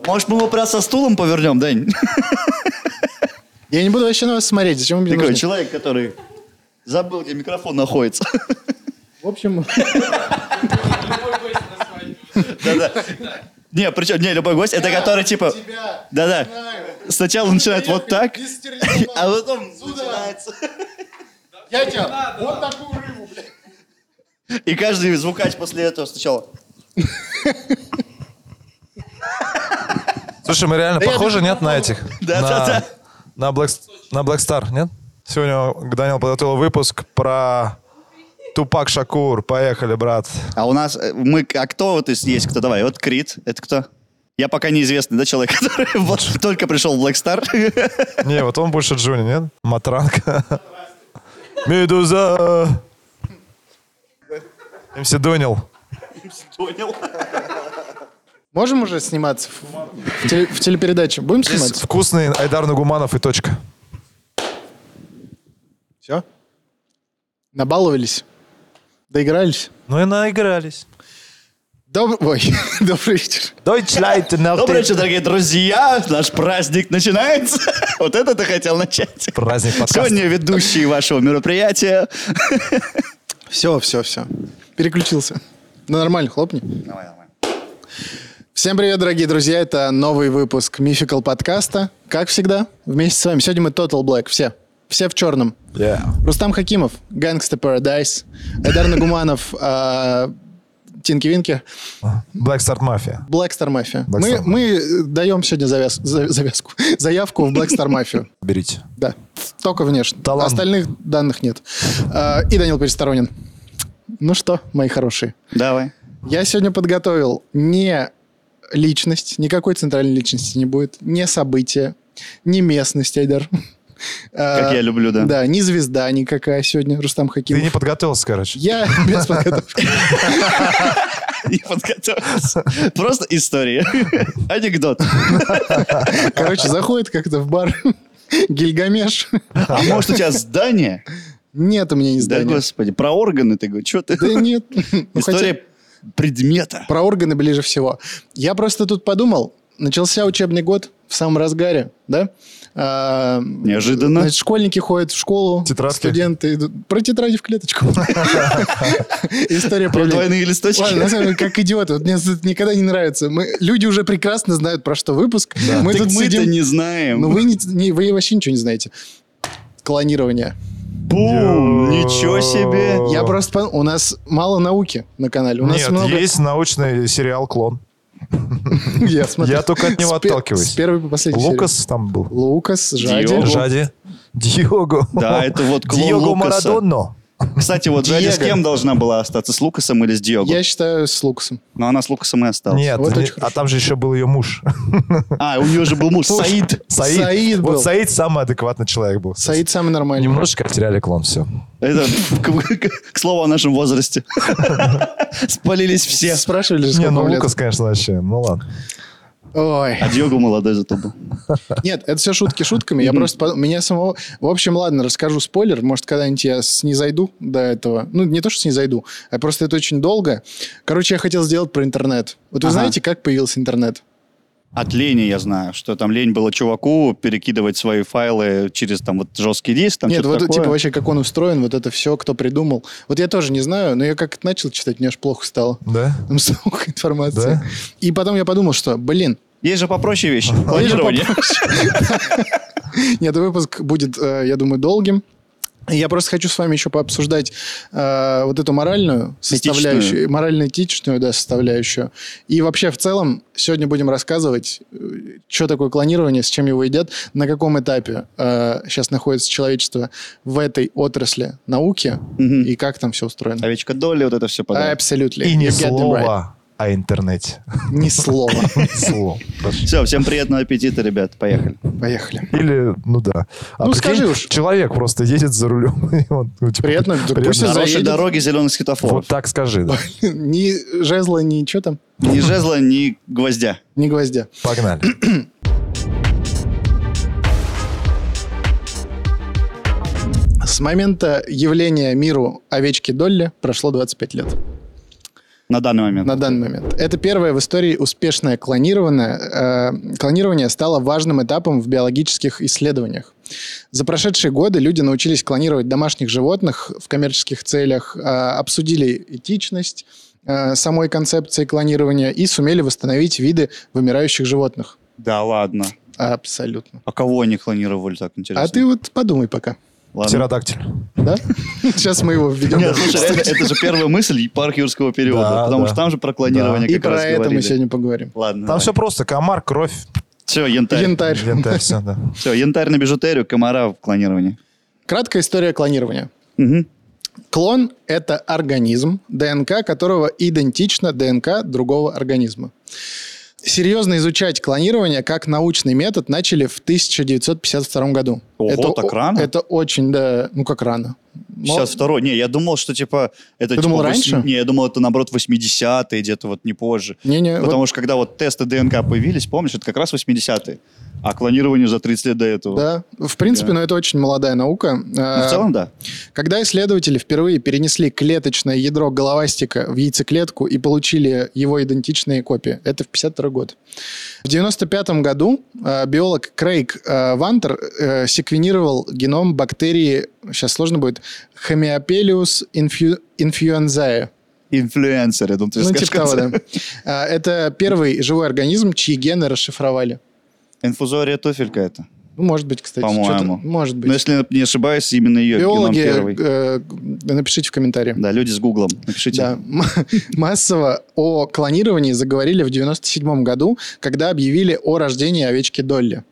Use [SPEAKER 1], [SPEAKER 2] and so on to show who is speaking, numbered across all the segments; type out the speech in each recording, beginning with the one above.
[SPEAKER 1] Может, мы его прям со стулом повернем, Дань?
[SPEAKER 2] Я не буду вообще на вас смотреть, зачем вы мне
[SPEAKER 1] Такой
[SPEAKER 2] нужны?
[SPEAKER 1] человек, который забыл, где микрофон находится.
[SPEAKER 2] В общем,
[SPEAKER 1] Да-да. Не, причем, не, любой гость, это который типа... Да-да. Сначала начинает вот так, а потом начинается.
[SPEAKER 2] Я тебя вот такую рыбу, блядь.
[SPEAKER 1] И каждый звукач после этого сначала...
[SPEAKER 3] Слушай, мы реально
[SPEAKER 2] я
[SPEAKER 3] похожи,
[SPEAKER 2] даже
[SPEAKER 3] нет, на этих?
[SPEAKER 1] Да,
[SPEAKER 3] на,
[SPEAKER 1] да, да.
[SPEAKER 3] На Black, на Black Star, нет? Сегодня Данил подготовил выпуск про Тупак Шакур. Поехали, брат.
[SPEAKER 1] А у нас, э, мы, а кто вот из- есть кто? Давай, вот Крит, это кто? Я пока неизвестный, да, человек, который вот только пришел в Black Star.
[SPEAKER 3] Не, вот он больше Джуни, нет? Матранка. Медуза. МС Донил.
[SPEAKER 1] Понял.
[SPEAKER 2] Можем уже сниматься в, в теле- в телепередаче? Будем
[SPEAKER 3] Здесь
[SPEAKER 2] сниматься?
[SPEAKER 3] вкусный Айдар Нугуманов и точка.
[SPEAKER 2] Все? Набаловались? Доигрались?
[SPEAKER 3] Ну и наигрались.
[SPEAKER 2] Добрый... Ой, добрый вечер.
[SPEAKER 3] Deutschland на
[SPEAKER 1] Добрый вечер, дорогие друзья. Наш праздник начинается. Вот это ты хотел начать.
[SPEAKER 3] Праздник подкаста.
[SPEAKER 1] Сегодня ведущие вашего мероприятия.
[SPEAKER 2] Все, все, все. Переключился. Ну нормально, хлопни.
[SPEAKER 1] Давай, давай.
[SPEAKER 2] Всем привет, дорогие друзья. Это новый выпуск Мификал подкаста. Как всегда, вместе с вами. Сегодня мы Total Black. Все. Все в черном. Рустам Хакимов, Gangsta Paradise. Айдар Нагуманов, а, Тинки Винки,
[SPEAKER 3] Black Star Mafia.
[SPEAKER 2] Black Star Mafia.
[SPEAKER 3] Black
[SPEAKER 2] Мы,
[SPEAKER 3] Star
[SPEAKER 2] мы даем сегодня завяз- за- завязку, заявку в Black Star Mafia.
[SPEAKER 3] Берите.
[SPEAKER 2] Да, только внешне.
[SPEAKER 3] Талант.
[SPEAKER 2] Остальных данных нет. А, И Данил Пересторонин. Ну что, мои хорошие,
[SPEAKER 1] Давай.
[SPEAKER 2] я сегодня подготовил не личность, никакой центральной личности не будет, не событие, не местность, Айдар.
[SPEAKER 1] Как я люблю, да.
[SPEAKER 2] Да, не звезда никакая сегодня, Рустам Хакимов.
[SPEAKER 3] Ты не подготовился, короче.
[SPEAKER 2] Я без подготовки.
[SPEAKER 1] Не подготовился. Просто история. Анекдот.
[SPEAKER 2] Короче, заходит как-то в бар Гильгамеш.
[SPEAKER 1] А может, у тебя здание?
[SPEAKER 2] Нет у меня не
[SPEAKER 1] Да,
[SPEAKER 2] здания.
[SPEAKER 1] господи. Про органы ты говоришь. Что ты?
[SPEAKER 2] Да нет. Ну, хотя-
[SPEAKER 1] История предмета.
[SPEAKER 2] Про органы ближе всего. Я просто тут подумал, начался учебный год в самом разгаре, да? А,
[SPEAKER 1] Ну. Неожиданно.
[SPEAKER 2] Значит, школьники ходят в школу,
[SPEAKER 3] Тетрадки.
[SPEAKER 2] студенты идут. Про тетради в клеточку. История про
[SPEAKER 1] Про
[SPEAKER 2] людей.
[SPEAKER 1] двойные листочки.
[SPEAKER 2] Ладно, на самом деле, как идиоты. Вот мне это никогда не нравится. Мы, люди уже прекрасно знают, про что выпуск. Мы
[SPEAKER 1] Так
[SPEAKER 2] тут
[SPEAKER 1] мы-то
[SPEAKER 2] сидим...
[SPEAKER 1] не знаем.
[SPEAKER 2] Ну, вы, не, не- вы вообще ничего не знаете. Клонирование.
[SPEAKER 1] Бум!
[SPEAKER 3] Йо.
[SPEAKER 1] Ничего себе!
[SPEAKER 2] Я
[SPEAKER 3] О.
[SPEAKER 2] просто... пон- У нас мало науки на канале. У нас
[SPEAKER 3] Нет,
[SPEAKER 2] много...
[SPEAKER 3] есть научный сериал «Клон».
[SPEAKER 2] Я, смотрю.
[SPEAKER 3] Я только от него
[SPEAKER 2] С пе-
[SPEAKER 3] отталкиваюсь.
[SPEAKER 2] С первой по последней серии.
[SPEAKER 3] Лукас там был.
[SPEAKER 2] Лукас, Жади.
[SPEAKER 1] Диего.
[SPEAKER 3] Жади. Диего.
[SPEAKER 1] Да, это вот клон
[SPEAKER 3] Диего
[SPEAKER 1] Лукаса.
[SPEAKER 3] Марадонно.
[SPEAKER 1] Кстати, вот Джади с
[SPEAKER 2] Диего.
[SPEAKER 1] кем должна была остаться? С Лукасом или с Диого?
[SPEAKER 2] Я считаю, с Лукасом.
[SPEAKER 1] Но она с Лукасом и осталась.
[SPEAKER 3] Нет,
[SPEAKER 2] Вот
[SPEAKER 3] не-
[SPEAKER 2] очень
[SPEAKER 3] а
[SPEAKER 2] хорошо.
[SPEAKER 3] там же еще был ее муж.
[SPEAKER 1] А, у нее же был муж Саид.
[SPEAKER 3] Саид.
[SPEAKER 2] Саид был.
[SPEAKER 3] Вот Саид самый адекватный человек был.
[SPEAKER 2] Саид самый нормальный.
[SPEAKER 3] Немножечко потеряли клон, все.
[SPEAKER 1] Это, к, к- к слову о нашем возрасте. Спалились все.
[SPEAKER 2] Спрашивали же,
[SPEAKER 3] Не,
[SPEAKER 2] сколько
[SPEAKER 3] ну
[SPEAKER 2] вам лет.
[SPEAKER 3] Лукас, конечно, вообще. Ну ладно.
[SPEAKER 2] Ой.
[SPEAKER 1] А Диего молодой зато был.
[SPEAKER 2] Нет, это все шутки шутками. Я просто... подумал, Меня самого... В общем, ладно, расскажу спойлер. Может, когда-нибудь я снизойду до этого. Ну, не то, что снизойду, а просто это очень долго. Короче, я хотел сделать про интернет. Вот вы
[SPEAKER 1] Ага.
[SPEAKER 2] знаете, как появился интернет?
[SPEAKER 1] От лени я знаю, что там лень было чуваку перекидывать свои файлы через там вот жесткий диск. Там
[SPEAKER 2] Нет,
[SPEAKER 1] что-то
[SPEAKER 2] вот
[SPEAKER 1] такое.
[SPEAKER 2] типа вообще, как он устроен, вот это все, кто придумал. Вот я тоже не знаю, но я как это начал читать, мне аж плохо стало.
[SPEAKER 3] Да?
[SPEAKER 2] Там столько информации.
[SPEAKER 3] Да?
[SPEAKER 2] И потом я подумал, что, блин,
[SPEAKER 1] Есть же попроще вещи.
[SPEAKER 2] Есть же
[SPEAKER 1] Клонирование.
[SPEAKER 2] Нет, выпуск будет, э, я думаю, долгим. И Я просто хочу с вами еще пообсуждать э, вот эту моральную
[SPEAKER 1] Этичную.
[SPEAKER 2] составляющую, морально-этичную да, составляющую. И вообще в целом сегодня будем рассказывать, что такое клонирование, с чем его едят, на каком этапе сейчас находится человечество в этой отрасли науки
[SPEAKER 1] Мгм.
[SPEAKER 2] и как там все
[SPEAKER 3] А
[SPEAKER 2] устроено.
[SPEAKER 1] Овечка Долли, вот это все подряд.
[SPEAKER 2] Абсолютно.
[SPEAKER 3] И ни слова о интернете.
[SPEAKER 2] Ни слова.
[SPEAKER 3] Ни слова.
[SPEAKER 1] Все, всем приятного аппетита, ребят. Поехали.
[SPEAKER 2] Поехали.
[SPEAKER 3] Или, ну да. А
[SPEAKER 2] Ну,
[SPEAKER 3] прикинь,
[SPEAKER 2] скажи уж.
[SPEAKER 3] Человек просто едет за рулем. и он, ну, типа,
[SPEAKER 2] Приятно, да пусть и
[SPEAKER 1] Хорошей
[SPEAKER 2] заедет.
[SPEAKER 1] дороги, зеленых светофоров.
[SPEAKER 3] Вот так скажи. да.
[SPEAKER 2] Ни жезла, ни что там,
[SPEAKER 1] Ни жезла, ни гвоздя.
[SPEAKER 2] ни гвоздя.
[SPEAKER 3] Погнали.
[SPEAKER 2] С момента явления миру овечки Долли прошло 25 лет.
[SPEAKER 1] На данный момент.
[SPEAKER 2] на данный момент. Это первое в истории успешное клонированное, э, клонирование стало важным этапом в биологических исследованиях. За прошедшие годы люди научились клонировать домашних животных в коммерческих целях, э, обсудили этичность э, самой концепции клонирования и сумели восстановить виды вымирающих животных.
[SPEAKER 1] Да ладно.
[SPEAKER 2] Абсолютно.
[SPEAKER 1] А кого они клонировали так, интересно?
[SPEAKER 2] А ты вот подумай пока,
[SPEAKER 1] Ладно.
[SPEAKER 3] Птеродактиль.
[SPEAKER 2] да? Сейчас мы его введем.
[SPEAKER 1] Нет, слушай, реально, это же первая мысль парк Юрского периода,
[SPEAKER 3] Да,
[SPEAKER 1] потому
[SPEAKER 3] да.
[SPEAKER 1] что там же про клонирование
[SPEAKER 2] И
[SPEAKER 1] как раз
[SPEAKER 2] про это
[SPEAKER 1] говорили.
[SPEAKER 2] мы сегодня поговорим.
[SPEAKER 1] Ладно.
[SPEAKER 3] Там все просто. Комар, кровь,
[SPEAKER 1] Все, янтарь.
[SPEAKER 2] Янтарь.
[SPEAKER 3] янтарь, все, да.
[SPEAKER 1] Все, янтарь на бижутерию, комара в клонировании.
[SPEAKER 2] Краткая история клонирования.
[SPEAKER 1] Мгм.
[SPEAKER 2] Клон – это организм, ДНК которого идентична ДНК другого организма. Серьезно изучать клонирование как научный метод начали в 1952 году.
[SPEAKER 1] Ого, так
[SPEAKER 2] о-
[SPEAKER 1] рано?
[SPEAKER 2] Это очень, да, ну как рано. Но-
[SPEAKER 1] Сейчас второй. Не, я думал, что типа это
[SPEAKER 2] Ты
[SPEAKER 1] типа
[SPEAKER 2] думал,
[SPEAKER 1] восьми-
[SPEAKER 2] раньше?
[SPEAKER 1] Не, я думал, это наоборот 80-е, где-то вот не позже.
[SPEAKER 2] Не-не,
[SPEAKER 1] Потому
[SPEAKER 2] Э, вот-
[SPEAKER 1] что когда вот тесты ДНК появились, помнишь, это как раз 80-е. А клонирование за 30 лет до этого.
[SPEAKER 2] Да, в принципе,
[SPEAKER 1] Да.
[SPEAKER 2] но это очень молодая наука.
[SPEAKER 1] Ну,
[SPEAKER 2] Э,
[SPEAKER 1] в целом, да.
[SPEAKER 2] Когда исследователи впервые перенесли клеточное ядро головастика в яйцеклетку и получили его идентичные копии, это в 52 год. В 95 году э, биолог Крейг э, Вантер э, секвенировал геном бактерии, сейчас сложно будет, Хомеопелиус инфю- инфлюензаe.
[SPEAKER 1] Инфлюенсер, я думаю, ты
[SPEAKER 2] Ну,
[SPEAKER 1] скажешь.
[SPEAKER 2] типа того, да. Э, Это первый живой организм, чьи гены расшифровали.
[SPEAKER 1] Инфузория туфелька это.
[SPEAKER 2] Ну, может быть, кстати.
[SPEAKER 1] По-моему.
[SPEAKER 2] что-то- Может
[SPEAKER 1] Но
[SPEAKER 2] быть.
[SPEAKER 1] если я не ошибаюсь, именно ее геном первый.
[SPEAKER 2] Биологи, э, г- напишите в комментариях.
[SPEAKER 1] Да, люди с гуглом, напишите.
[SPEAKER 2] Да. М- Массово о клонировании заговорили в 97 году, когда объявили о рождении овечки Долли.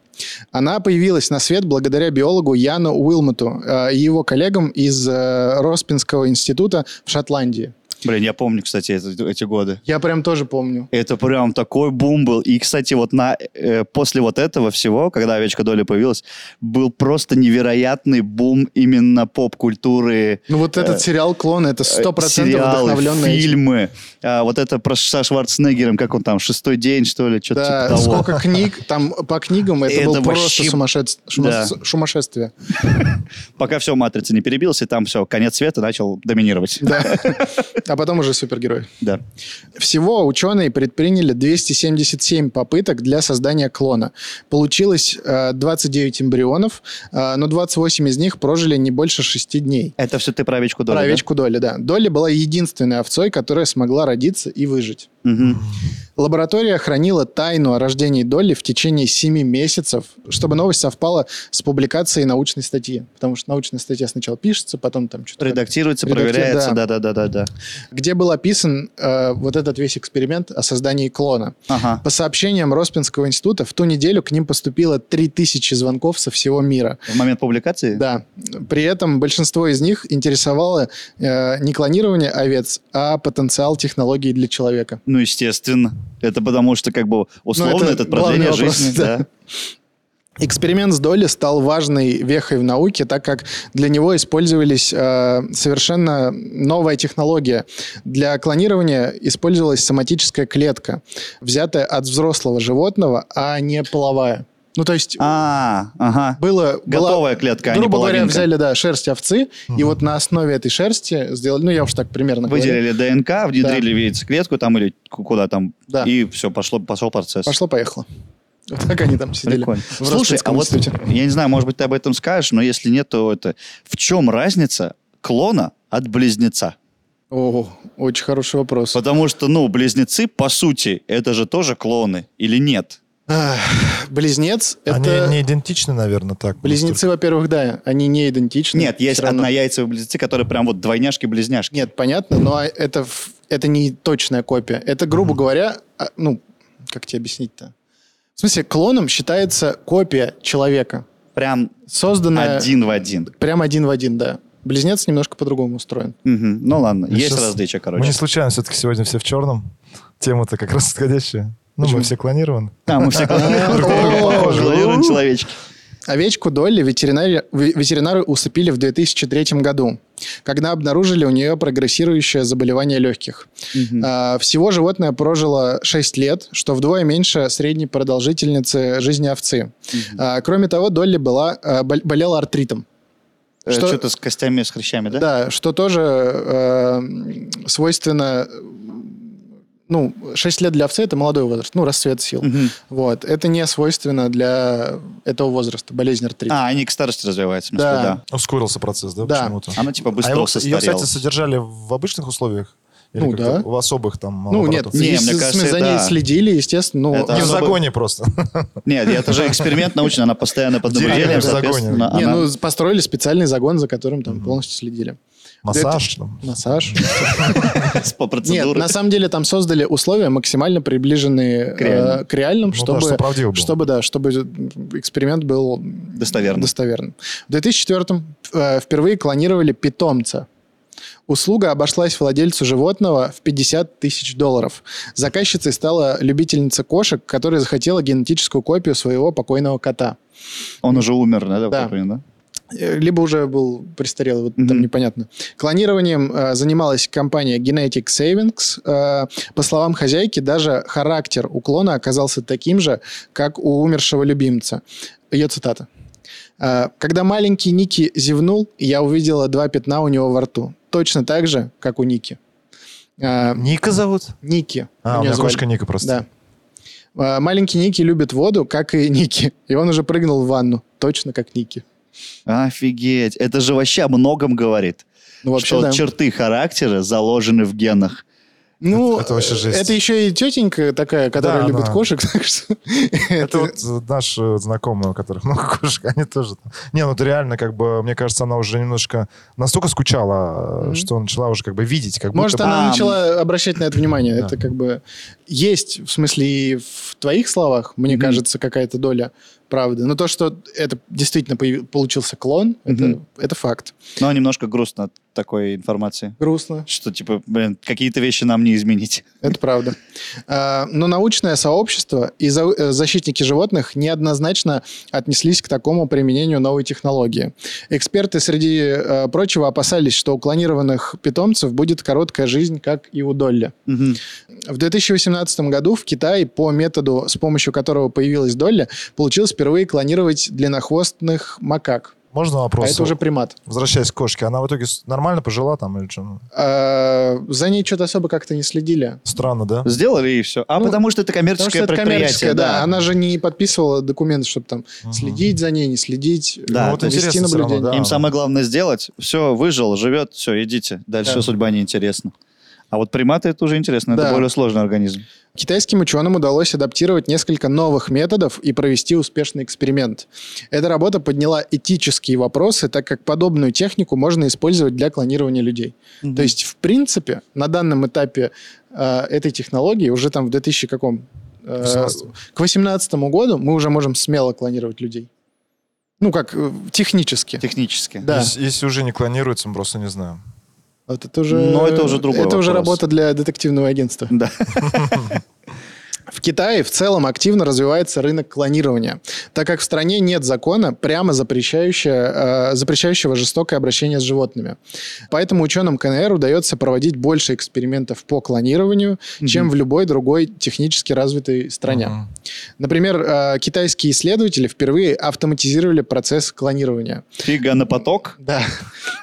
[SPEAKER 2] Она появилась на свет благодаря биологу Яну Уилмоту э, и его коллегам из э, Роспинского института в Шотландии.
[SPEAKER 1] Блин, я помню, кстати, это- эти годы.
[SPEAKER 2] Я прям тоже помню.
[SPEAKER 1] Это прям такой бум был. И, кстати, вот на, э, после вот этого всего, когда «Овечка Доли» появилась, был просто невероятный бум именно поп-культуры.
[SPEAKER 2] Ну вот этот сериал «Клон» — это
[SPEAKER 1] э,
[SPEAKER 2] 100%
[SPEAKER 1] сериалы,
[SPEAKER 2] вдохновленный... этим.
[SPEAKER 1] фильмы. А, вот это про со Шварценеггером, как он там, «Шестой день», что ли, что-то
[SPEAKER 2] Да,
[SPEAKER 1] типа того.
[SPEAKER 2] сколько книг, там по книгам это,
[SPEAKER 1] Это
[SPEAKER 2] было просто
[SPEAKER 1] вообще-
[SPEAKER 2] сумасшедш- шума-
[SPEAKER 1] Да.
[SPEAKER 2] сумасшествие.
[SPEAKER 1] Пока все, «Матрица» не перебилась, и там все, конец света начал доминировать.
[SPEAKER 2] Да. А потом уже супергерой.
[SPEAKER 1] Да.
[SPEAKER 2] Всего ученые предприняли 277 попыток для создания клона. Получилось э, 29 эмбрионов, э, но 28 из них прожили не больше 6 дней.
[SPEAKER 1] Это все ты про «Овечку Доли»,
[SPEAKER 2] Про
[SPEAKER 1] да?
[SPEAKER 2] овечку Долли, да. Долли была единственной овцой, которая смогла родиться и выжить.
[SPEAKER 1] Мгм.
[SPEAKER 2] Лаборатория хранила тайну о рождении Долли в течение 7 месяцев, чтобы новость совпала с публикацией научной статьи. Потому что научная статья сначала пишется, потом там что-то...
[SPEAKER 1] Редактируется,
[SPEAKER 2] Редакти-
[SPEAKER 1] проверяется,
[SPEAKER 2] да.
[SPEAKER 1] да-да-да-да-да.
[SPEAKER 2] Где был описан э, вот этот весь эксперимент о создании клона.
[SPEAKER 1] Ага.
[SPEAKER 2] По сообщениям Роспинского института, в ту неделю к ним поступило 3000 звонков со всего мира.
[SPEAKER 1] В момент публикации?
[SPEAKER 2] Да. При этом большинство из них интересовало э, не клонирование овец, а потенциал технологии для человека.
[SPEAKER 1] Ну, естественно. Это потому что, как бы, условно,
[SPEAKER 2] это
[SPEAKER 1] это, продление
[SPEAKER 2] главный вопрос,
[SPEAKER 1] жизни.
[SPEAKER 2] да.
[SPEAKER 1] да.
[SPEAKER 2] Эксперимент с Долли стал важной вехой в науке, так как для него использовались э, совершенно новая технология. Для клонирования использовалась соматическая клетка, взятая от взрослого животного, а не половая. Ну, то есть
[SPEAKER 1] А, ага.
[SPEAKER 2] было... была-
[SPEAKER 1] Готовая клетка, а не
[SPEAKER 2] Грубо говоря,
[SPEAKER 1] половинка.
[SPEAKER 2] взяли, да, шерсть овцы, и вот на основе этой шерсти сделали, ну, я уж так примерно говорю.
[SPEAKER 1] Выделили ДНК, внедрили в яйцеклетку там или ку- куда там,
[SPEAKER 2] Да.
[SPEAKER 1] и все, пошло, пошел процесс.
[SPEAKER 2] Пошло-поехало. Вот так они там сидели.
[SPEAKER 1] Прикольно.
[SPEAKER 2] в
[SPEAKER 1] Слушай, а
[SPEAKER 2] Ростовском
[SPEAKER 1] вот,
[SPEAKER 2] институте.
[SPEAKER 1] я не знаю, может быть, ты об этом скажешь, но если нет, то это... В чем разница клона от близнеца?
[SPEAKER 2] О, очень хороший вопрос.
[SPEAKER 1] Потому что, ну, близнецы, по сути, это же тоже клоны, или нет?
[SPEAKER 2] Ах, Близнец — это...
[SPEAKER 3] Они не идентичны, наверное, так.
[SPEAKER 2] Близнецы, во-первых, да, они не идентичны.
[SPEAKER 1] Нет, есть
[SPEAKER 2] всё равно.
[SPEAKER 1] однояйцевые близнецы, которые прям вот двойняшки-близняшки.
[SPEAKER 2] Нет, понятно, но это, в- это не точная копия. Это, грубо говоря, а, ну, как тебе объяснить-то? В смысле, клоном считается копия человека,
[SPEAKER 1] Прям
[SPEAKER 2] созданная...
[SPEAKER 1] один в один.
[SPEAKER 2] Прям один в один, да. Близнец немножко по-другому устроен.
[SPEAKER 1] Мгм. Ну ладно,
[SPEAKER 3] Ну,
[SPEAKER 1] есть
[SPEAKER 3] щас-
[SPEAKER 1] различия,
[SPEAKER 3] Мы не
[SPEAKER 1] короче.
[SPEAKER 3] случайно все-таки сегодня все в черном. Тема-то как раз подходящая. Ну,
[SPEAKER 2] Почему?
[SPEAKER 3] мы все клонированы.
[SPEAKER 1] Да, А, мы все
[SPEAKER 2] похожи.
[SPEAKER 1] клонируем человечки.
[SPEAKER 2] Овечку Долли ветеринари- ве- ветеринары усыпили в 2003 году, когда обнаружили у нее прогрессирующее заболевание легких. А, Всего животное прожило 6 лет, что вдвое меньше средней продолжительницы жизни овцы. А, Кроме того, Долли была, а, бол- болела артритом.
[SPEAKER 1] Э,
[SPEAKER 2] Что-
[SPEAKER 1] Что-то с костями, с хрящами, да?
[SPEAKER 2] Да, что тоже э, м, а, свойственно ну, 6 лет для овцы – это молодой возраст, ну, расцвет сил. Вот. Это не свойственно для этого возраста, болезнь артрита.
[SPEAKER 1] А, они к старости развиваются, в смысле,
[SPEAKER 2] Да.
[SPEAKER 1] да.
[SPEAKER 3] Ускорился процесс, да,
[SPEAKER 2] Да.
[SPEAKER 3] почему-то?
[SPEAKER 1] Она, типа, быстро
[SPEAKER 3] а его,
[SPEAKER 1] состарела.
[SPEAKER 3] Ее, кстати, содержали в обычных условиях? Или
[SPEAKER 2] Ну,
[SPEAKER 3] как-то
[SPEAKER 2] да.
[SPEAKER 3] В особых там
[SPEAKER 2] Ну, нет,
[SPEAKER 3] лабораториях?
[SPEAKER 1] Не,
[SPEAKER 2] если-
[SPEAKER 1] мне
[SPEAKER 2] в смысле,
[SPEAKER 1] кажется,
[SPEAKER 2] за ней
[SPEAKER 1] да.
[SPEAKER 2] следили, естественно. Ну,
[SPEAKER 1] Это
[SPEAKER 3] Не в
[SPEAKER 1] особо-
[SPEAKER 3] загоне просто.
[SPEAKER 1] Нет, это же эксперимент научный, она постоянно под
[SPEAKER 3] В деревьях
[SPEAKER 1] наблюдением,
[SPEAKER 3] в загоне.
[SPEAKER 1] соответственно,
[SPEAKER 2] не,
[SPEAKER 1] она-
[SPEAKER 2] ну, построили специальный загон, за которым там полностью следили.
[SPEAKER 3] Массаж. там.
[SPEAKER 2] Массаж.
[SPEAKER 1] по
[SPEAKER 2] Нет,
[SPEAKER 1] процедуре.
[SPEAKER 2] на самом деле там создали условия максимально приближенные э, к
[SPEAKER 1] реальным.
[SPEAKER 2] реальным,
[SPEAKER 3] да,
[SPEAKER 2] чтобы,
[SPEAKER 3] чтобы Ну, правдиво было.
[SPEAKER 2] чтобы, да, чтобы эксперимент был
[SPEAKER 1] Достоверно.
[SPEAKER 2] достоверным. В 2004 э, впервые клонировали питомца. Услуга обошлась владельцу животного в 50 тысяч долларов. Заказчицей стала любительница кошек, которая захотела генетическую копию своего покойного кота.
[SPEAKER 1] Он уже умер, да,
[SPEAKER 2] Да.
[SPEAKER 1] я помню, да?
[SPEAKER 2] Э, либо уже был престарелый, вот там
[SPEAKER 1] Мгм.
[SPEAKER 2] непонятно. Клонированием э, занималась компания Genetic Savings. Э, по словам хозяйки, даже характер уклона оказался таким же, как у умершего любимца. Ее цитата. «Э, «Когда маленький Ники зевнул, я увидела два пятна у него во рту. Точно так же, как у Ники». Э,
[SPEAKER 3] Ника зовут?
[SPEAKER 2] Ники.
[SPEAKER 3] А,
[SPEAKER 2] её
[SPEAKER 3] у меня
[SPEAKER 2] звали.
[SPEAKER 3] кошка Ника просто.
[SPEAKER 2] Да. Э, Маленький Ники любит воду, как и Ники. И он уже прыгнул в ванну, точно как Ники.
[SPEAKER 1] Офигеть. Это же вообще о многом говорит.
[SPEAKER 2] Ну, вообще,
[SPEAKER 1] что
[SPEAKER 2] да.
[SPEAKER 1] черты характера заложены в генах.
[SPEAKER 2] Ну,
[SPEAKER 3] Это- это вообще жесть.
[SPEAKER 2] это еще и тетенька такая, которая
[SPEAKER 3] Да,
[SPEAKER 2] любит
[SPEAKER 3] да.
[SPEAKER 2] кошек, так что это-
[SPEAKER 3] Это вот наши э, знакомые, у которых много кошек, они тоже... там. Не, ну это реально, как бы, мне кажется, она уже немножко настолько скучала, э,
[SPEAKER 2] Мгм.
[SPEAKER 3] что начала уже как бы видеть, как
[SPEAKER 2] Может,
[SPEAKER 3] будто... бы-
[SPEAKER 2] она
[SPEAKER 1] а,
[SPEAKER 2] начала обращать на это внимание.
[SPEAKER 3] Да.
[SPEAKER 2] Это как бы есть, в смысле, и в твоих словах, мне
[SPEAKER 1] Мгм.
[SPEAKER 2] кажется, какая-то доля правды. Но то, что это действительно появ- получился клон, это
[SPEAKER 1] Мгм.
[SPEAKER 2] это факт.
[SPEAKER 1] Но немножко грустно от такой информации.
[SPEAKER 2] Грустно.
[SPEAKER 1] Что, типа, блин, какие-то вещи нам не изменить.
[SPEAKER 2] Это правда. А, Но научное сообщество и за- э, защитники животных неоднозначно отнеслись к такому применению новой технологии. Эксперты, среди э, прочего, опасались, что у клонированных питомцев будет короткая жизнь, как и у Долли.
[SPEAKER 1] Мгм.
[SPEAKER 2] В 2018 году в Китае по методу, с помощью которого появилась Долли, получилось впервые клонировать длиннохвостных макак.
[SPEAKER 3] Можно вопрос?
[SPEAKER 2] А это уже примат.
[SPEAKER 3] Возвращаясь к кошке, она в итоге с- нормально пожила там или что?
[SPEAKER 2] А, За ней что-то особо как-то не следили.
[SPEAKER 3] Странно, да?
[SPEAKER 1] Сделали и все. А
[SPEAKER 2] Ну,
[SPEAKER 1] потому что это коммерческое
[SPEAKER 2] Потому что это
[SPEAKER 1] предприятие.
[SPEAKER 2] коммерческое, да. Она же не подписывала документы, чтобы там
[SPEAKER 3] Мгм.
[SPEAKER 2] следить за ней, не следить,
[SPEAKER 1] Да,
[SPEAKER 2] э,
[SPEAKER 1] вот
[SPEAKER 2] вести
[SPEAKER 3] интересно всё равно,
[SPEAKER 2] наблюдение.
[SPEAKER 3] да.
[SPEAKER 1] Им самое главное сделать. Все, выжил, живет, все, идите. Дальше
[SPEAKER 2] Да.
[SPEAKER 1] судьба неинтересна. А вот приматы это уже интересно.
[SPEAKER 2] Да.
[SPEAKER 1] Это более сложный организм.
[SPEAKER 2] Китайским ученым удалось адаптировать несколько новых методов и провести успешный эксперимент. Эта работа подняла этические вопросы, так как подобную технику можно использовать для клонирования людей. То есть, в принципе, на данном этапе э, этой технологии уже там в 2000 каком? Э,
[SPEAKER 3] 18.
[SPEAKER 2] к 2018 году мы уже можем смело клонировать людей. Ну, как э, технически.
[SPEAKER 1] технически.
[SPEAKER 2] Да.
[SPEAKER 3] Если, если уже не клонируется, мы просто не знаем.
[SPEAKER 2] Вот это уже,
[SPEAKER 1] Но это уже другой
[SPEAKER 2] Это уже
[SPEAKER 1] вопрос.
[SPEAKER 2] работа для детективного агентства.
[SPEAKER 1] Да.
[SPEAKER 2] В Китае в целом активно развивается рынок клонирования, так как в стране нет закона, прямо запрещающего, э, запрещающего жестокое обращение с животными. Поэтому ученым КНР удается проводить больше экспериментов по клонированию, чем в любой другой технически развитой стране.
[SPEAKER 3] Мгм.
[SPEAKER 2] Например, э, китайские исследователи впервые автоматизировали процесс клонирования.
[SPEAKER 1] Фига на поток.
[SPEAKER 2] Да.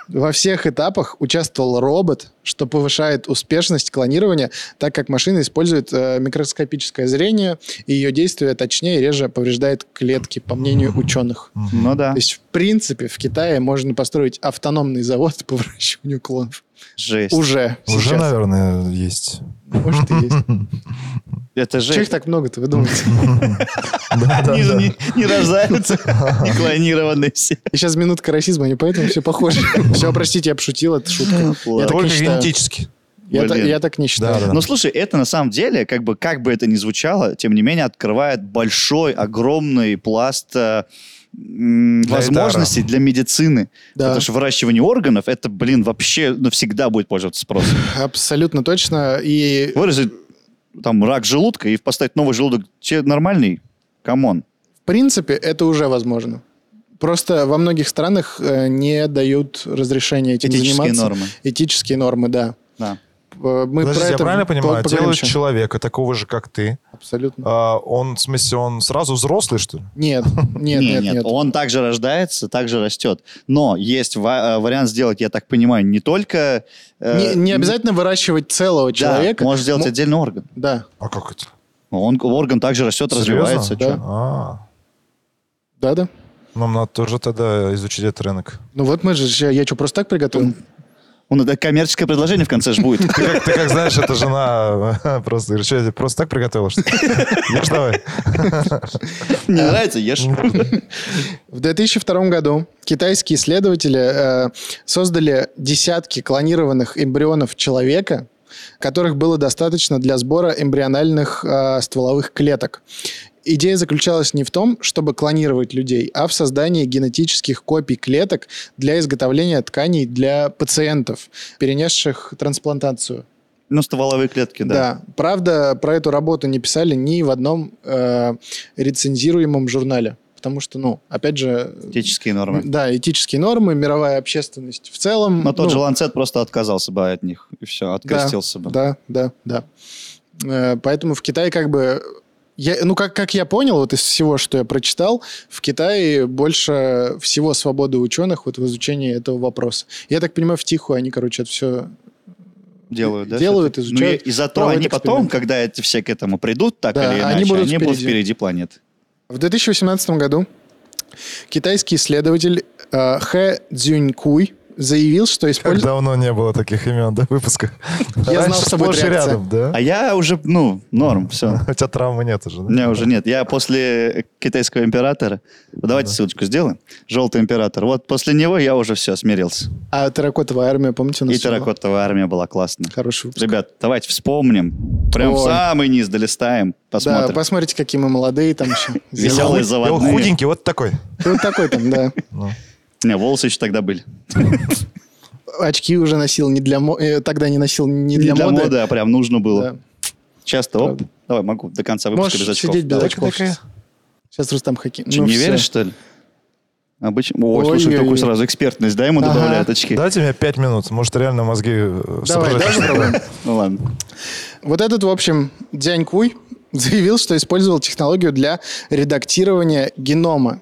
[SPEAKER 2] Во всех этапах участвовал робот, что повышает успешность клонирования, так как машина использует э, микроскопическое зрение, и ее действие точнее и реже повреждает клетки, по мнению ученых.
[SPEAKER 3] Мгм.
[SPEAKER 1] Ну да.
[SPEAKER 2] То есть, в принципе, в Китае можно построить автономный завод по выращиванию клонов.
[SPEAKER 1] Жесть.
[SPEAKER 2] Уже.
[SPEAKER 3] Уже,
[SPEAKER 2] сейчас.
[SPEAKER 3] наверное, есть.
[SPEAKER 2] Может, и есть.
[SPEAKER 1] Это
[SPEAKER 2] Чего их
[SPEAKER 1] жесть.
[SPEAKER 2] так много-то, вы думаете?
[SPEAKER 1] Они же не, не рождаются, не клонированные все.
[SPEAKER 2] И сейчас минутка расизма, они поэтому все похожи. Все, простите, я пошутил, это шутка.
[SPEAKER 1] Ладно.
[SPEAKER 2] так не
[SPEAKER 3] Только
[SPEAKER 2] считаю.
[SPEAKER 3] генетически.
[SPEAKER 2] Я, та-
[SPEAKER 1] Блин.
[SPEAKER 2] я так не считаю.
[SPEAKER 3] Да-да.
[SPEAKER 1] Но слушай, это на самом деле, как бы, как бы это ни звучало, тем не менее открывает большой, огромный пласт э, м,
[SPEAKER 3] Для
[SPEAKER 1] возможностей для медицины.
[SPEAKER 2] Да.
[SPEAKER 1] Потому что выращивание органов, это, блин, вообще навсегда будет пользоваться спросом.
[SPEAKER 2] Абсолютно точно. И
[SPEAKER 1] Выразить там рак желудка и поставить новый желудок, че нормальный? Камон.
[SPEAKER 2] В принципе, это уже возможно. Просто во многих странах э, не дают разрешения этим
[SPEAKER 1] Этические
[SPEAKER 2] заниматься.
[SPEAKER 1] нормы.
[SPEAKER 2] Этические нормы, да.
[SPEAKER 1] Да.
[SPEAKER 2] э, мы
[SPEAKER 3] Подождите,
[SPEAKER 2] про
[SPEAKER 3] я
[SPEAKER 2] это
[SPEAKER 3] правильно
[SPEAKER 2] по-
[SPEAKER 3] понимаю?
[SPEAKER 2] поговорим
[SPEAKER 3] Делают
[SPEAKER 2] еще.
[SPEAKER 3] человека такого же, как ты.
[SPEAKER 2] Абсолютно.
[SPEAKER 3] А, он, в смысле, он сразу взрослый, что ли?
[SPEAKER 2] Нет, нет,
[SPEAKER 1] Не,
[SPEAKER 2] нет, нет.
[SPEAKER 1] Он также рождается, также растет. Но есть ва- э, вариант сделать, я так понимаю, не только... э,
[SPEAKER 2] Не, не обязательно выращивать целого
[SPEAKER 1] Да,
[SPEAKER 2] человека.
[SPEAKER 1] можно сделать
[SPEAKER 2] Мо-
[SPEAKER 1] отдельный орган.
[SPEAKER 2] Да,
[SPEAKER 3] А как это?
[SPEAKER 1] Ну, Он, орган также растет, развивается.
[SPEAKER 3] Серьезно?
[SPEAKER 1] чё?
[SPEAKER 3] А,
[SPEAKER 2] да, да.
[SPEAKER 3] нам надо тоже тогда изучить этот рынок.
[SPEAKER 2] Ну вот мы же, я, я что, просто так приготовил?
[SPEAKER 1] Он, это коммерческое предложение в конце же будет.
[SPEAKER 3] Ты как, ты как знаешь, это жена э, просто... говорит, «Чё, я тебе просто так приготовила, что ли? Ешь давай.
[SPEAKER 1] Не нравится, ешь.
[SPEAKER 2] Ну. В 2002 году китайские исследователи э, создали десятки клонированных эмбрионов человека, которых было достаточно для сбора эмбриональных э, стволовых клеток. Идея заключалась не в том, чтобы клонировать людей, а в создании генетических копий клеток для изготовления тканей для пациентов, перенесших трансплантацию.
[SPEAKER 1] Ну, стволовые клетки, да.
[SPEAKER 2] Да. Правда, про эту работу не писали ни в одном э, рецензируемом журнале. Потому что, ну, опять же...
[SPEAKER 1] Этические нормы.
[SPEAKER 2] Да, этические нормы, мировая общественность в целом.
[SPEAKER 1] Но тот
[SPEAKER 2] ну,
[SPEAKER 1] же Ланцет просто отказался бы от них. И все, открестился бы.
[SPEAKER 2] Да, да, да. Э, Поэтому в Китае как бы... Я, ну, как, как я понял, вот из всего, что я прочитал, в Китае больше всего свободы ученых вот в изучении этого вопроса. Я так понимаю, втихую они, короче, это все...
[SPEAKER 1] Делают, да?
[SPEAKER 2] Делают,
[SPEAKER 1] всё-таки?
[SPEAKER 2] изучают,
[SPEAKER 1] Ну, и- и зато
[SPEAKER 2] проводят
[SPEAKER 1] они потом,
[SPEAKER 2] эксперименты.
[SPEAKER 1] когда эти все к этому придут, так
[SPEAKER 2] Да,
[SPEAKER 1] или иначе,
[SPEAKER 2] они будут
[SPEAKER 1] будут
[SPEAKER 2] впереди.
[SPEAKER 1] впереди планеты.
[SPEAKER 2] В 2018 году китайский исследователь э, Хэ Цзюнькуй заявил, что
[SPEAKER 3] Как
[SPEAKER 2] использует...
[SPEAKER 3] давно не было таких имен, да, выпуска.
[SPEAKER 2] Я знал,
[SPEAKER 3] Раньше
[SPEAKER 2] что будет
[SPEAKER 3] сплошь и
[SPEAKER 2] реакция.
[SPEAKER 3] рядом, да?
[SPEAKER 1] А я уже, ну, норм, все.
[SPEAKER 3] У тебя травмы нет уже,
[SPEAKER 1] У
[SPEAKER 3] да?
[SPEAKER 1] меня уже нет. Я после китайского императора... Давайте ссылочку сделаем. Желтый император. Вот после него я уже все, смирился.
[SPEAKER 2] А терракотовая армия, помните, у нас
[SPEAKER 1] И
[SPEAKER 2] была?
[SPEAKER 1] терракотовая армия была классная.
[SPEAKER 2] Хороший выпуск.
[SPEAKER 1] Ребят, давайте вспомним. Прям в
[SPEAKER 2] Ой.
[SPEAKER 1] самый низ долистаем.
[SPEAKER 2] Да,
[SPEAKER 1] Посмотрим.
[SPEAKER 2] посмотрите, какие мы молодые там еще.
[SPEAKER 1] Веселые
[SPEAKER 3] Я вот
[SPEAKER 1] заводные.
[SPEAKER 3] худенький, вот такой.
[SPEAKER 2] Ты вот такой там, да.
[SPEAKER 3] Ну.
[SPEAKER 1] Не, волосы еще тогда были.
[SPEAKER 2] Очки уже носил не для мо- э, тогда не носил не
[SPEAKER 1] Не
[SPEAKER 2] для,
[SPEAKER 1] для
[SPEAKER 2] моды.
[SPEAKER 1] моды, а прям нужно было.
[SPEAKER 2] Да.
[SPEAKER 1] Часто, оп,
[SPEAKER 2] Правда.
[SPEAKER 1] давай, могу до конца выпуска
[SPEAKER 2] Можешь
[SPEAKER 1] без очков.
[SPEAKER 2] сидеть без
[SPEAKER 1] Давай.
[SPEAKER 2] очков.
[SPEAKER 3] Так и-
[SPEAKER 2] Сейчас, Сейчас Рустам Хаким.
[SPEAKER 1] Че,
[SPEAKER 2] Ну
[SPEAKER 1] не
[SPEAKER 2] всё.
[SPEAKER 1] веришь, что ли? Обычно. Ой, слушай,
[SPEAKER 2] Ой-ой-ой.
[SPEAKER 1] такую сразу экспертность, да, ему
[SPEAKER 2] Ага.
[SPEAKER 1] добавляют очки.
[SPEAKER 3] Дайте мне пять минут, может, реально мозги э,
[SPEAKER 2] Давай,
[SPEAKER 3] соображать.
[SPEAKER 2] давай попробуем.
[SPEAKER 1] Ну ладно.
[SPEAKER 2] Вот этот, в общем, Дзянь Куй заявил, что использовал технологию для редактирования генома.